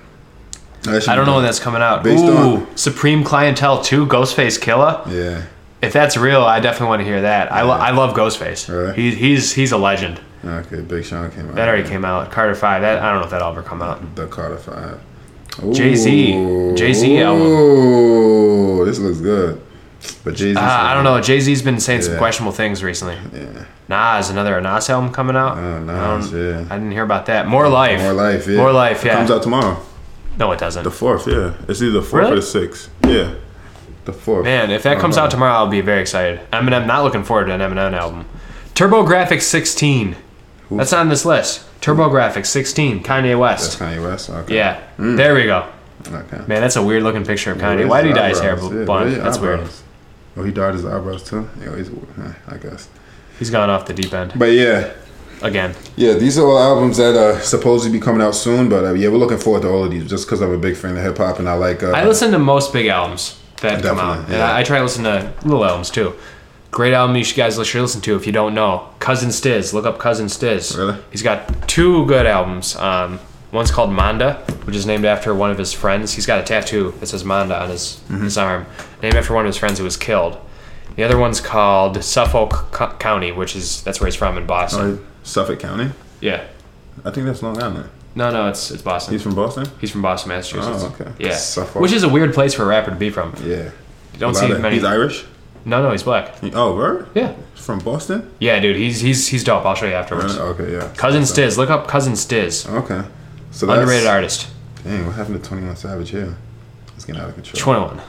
B: That
A: Hmm.
B: should
A: I don't
B: be
A: know
B: dope.
A: when that's coming out.
B: Based
A: Ooh,
B: on-
A: Supreme Clientele 2, Ghostface Killer.
B: Yeah.
A: If that's real, I definitely want to hear that. I, lo- I love Ghostface.
B: Really?
A: He, he's he's a legend.
B: Okay, Big Sean came out.
A: That already came out. Carter 5, that, I don't know if that'll ever come out.
B: The Carter Five.
A: Jay-Z.
B: Ooh.
A: Jay-Z album.
B: Ooh, this looks good. But Jay Z.
A: Uh, I don't know. Jay Z's been saying some
B: Yeah.
A: questionable things recently.
B: Yeah.
A: Nas, another Nas album coming out.
B: Oh, nice. Yeah.
A: I didn't hear about that. More life.
B: More life. Yeah.
A: More life.
B: It
A: Yeah.
B: Comes out tomorrow.
A: no, it doesn't.
B: The fourth. Yeah. It's either the fourth
A: Really?
B: or the sixth. Yeah. The fourth.
A: Man, if
B: I
A: that
B: don't
A: comes
B: know.
A: out tomorrow, I'll be very excited. Eminem, not looking forward to an Eminem album. TurboGrafx 16. That's on this list. TurboGrafx 16. Kanye
B: That's Hmm.
A: West.
B: Kanye West. Okay.
A: Yeah. There we go.
B: Okay.
A: Man, that's a weird looking picture of
B: Where's
A: Kanye. Why did he
B: his
A: dye his hair
B: eyebrows? Yeah,
A: bl- blonde?
B: where's his
A: That's weird.
B: eyebrows? Oh, he dyed his eyebrows too. Yeah, he's, eh, I guess.
A: He's gone off the deep end
B: But yeah,
A: again.
B: Yeah, these are all albums that are supposed to be coming out soon, but uh, yeah, we're looking forward to all of these just because I'm a big fan of hip hop and I like. Uh,
A: I listen to most big albums that come out.
B: Definitely,
A: And
B: yeah.
A: I, I try to listen to little albums too. Great album you should- guys should listen to if you don't know. Cousin Stiz. Look up Cousin Stiz.
B: Really?
A: He's got two good albums. Um, one's called Manda, which is named after one of his friends. He's got a tattoo that says Manda on his,
B: Mm-hmm.
A: his arm, named after one of his friends who was killed. The other one's called Suffolk Co- County, which is that's where he's from in Boston.
B: uh, Suffolk County.
A: Yeah.
B: I think that's Long Island.
A: No, no, it's it's Boston.
B: He's
A: He's,
B: from Boston.
A: from Boston, Massachusetts.
B: Oh, okay.
A: Yeah.
B: Suffolk.
A: Which is a weird place for a rapper to be from.
B: Yeah,
A: You don't see
B: About it.
A: many.
B: He's Irish.
A: No, no, he's black.
B: He- oh, word?
A: Yeah.
B: He's from Boston.
A: Yeah, dude, he's he's he's dope. I'll show you afterwards.
B: Uh, okay, yeah.
A: Cousin Stiz, look up Cousin Stiz.
B: Okay. So that's
A: Underrated artist.
B: Dang, what happened to Twenty One Savage here? It's getting out of control.
A: 21.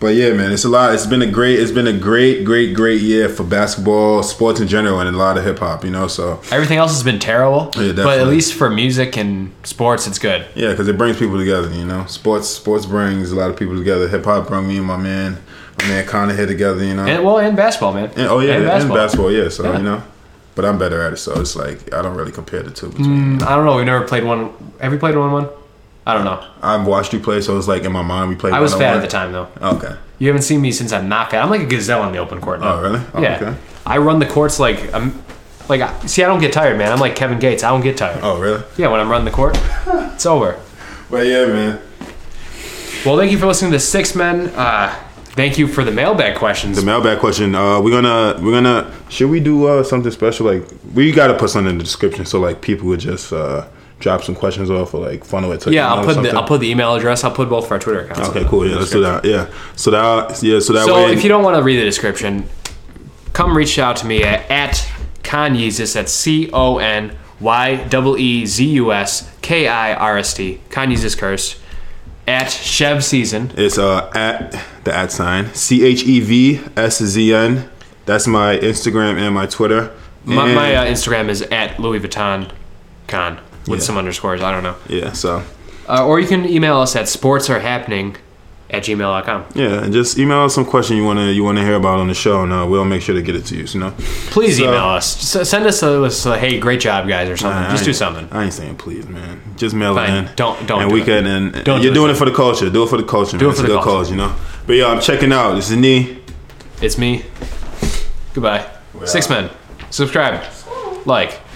B: But yeah, man, it's a lot. It's been a great, it's been a great, great, great year for basketball, sports in general, and a lot of hip hop. You know, so
A: Everything else has been terrible, but
B: Yeah,
A: at
B: definitely.
A: least for music and sports, it's good.
B: yeah, because it brings people together. You know, sports, sports brings a lot of people together. Hip hop brought me and my man, my man Connor here together. You know,
A: And, well, and basketball, man.
B: And- oh yeah,
A: and
B: and
A: basketball.
B: basketball, yeah. So
A: Yeah.
B: you know, but I'm better at it. So it's like I don't really compare the two. Between
A: I don't know. We've never played one. Have we played one one? I don't know.
B: I've watched you play, so it's like in my mind we played.
A: I was fat at
B: one-on-one.
A: the time, though.
B: Okay.
A: You haven't seen me since I'm not fat. I'm like a gazelle on the open court. Now.
B: Oh really? Oh,
A: yeah.
B: Okay.
A: I run the courts like I'm. Like, I- see, I don't get tired, man. I'm like Kevin Gates. I don't get tired.
B: Oh really?
A: Yeah, when I'm running the court, it's over.
B: But yeah, man.
A: Well, thank you for listening to Six Men. Uh, thank you for the mailbag questions.
B: The mailbag question. Uh, we're gonna we're gonna should we do uh, something special? Like we gotta put something in the description so like people would just uh, drop some questions off or like funnel it to
A: yeah,
B: email
A: I'll put
B: or
A: the
B: something.
A: I'll put the email address. I'll put both of our Twitter accounts.
B: Okay, cool. Yeah, let's do that. Yeah, so that yeah, so that
A: So
B: way.
A: if you don't want to read the description, come reach out to me at, at Conyezus at C O N Y E E Z U S K I R S T Conyezus Curse at Chev Season.
B: It's uh at the at sign C H E V S Z N. That's my Instagram and my Twitter.
A: My,
B: And-
A: my uh, Instagram is at Louis Vuitton Con with
B: Yeah.
A: some underscores. I don't know.
B: yeah, so
A: Uh, or you can email us at sportsarehappening at gmail.com.
B: yeah, and just email us some question you wanna you wanna hear about on the show, and uh, we'll make sure to get it to you. So, you know,
A: Please
B: So-
A: email us. Just send us a, us a, hey, great job, guys, or something.
B: I
A: Just
B: ain't-
A: do something.
B: I ain't saying please, man. Just mail
A: Fine.
B: it in.
A: Don't- don't
B: And
A: do
B: we
A: it.
B: can. And
A: Don't
B: you're
A: do it.
B: doing it for the culture. Do it for the culture. Do
A: it for the culture.
B: you know. But yeah, I'm checking out. This is Nee.
A: It's me. Goodbye. Six
B: out.
A: men. Subscribe. Like.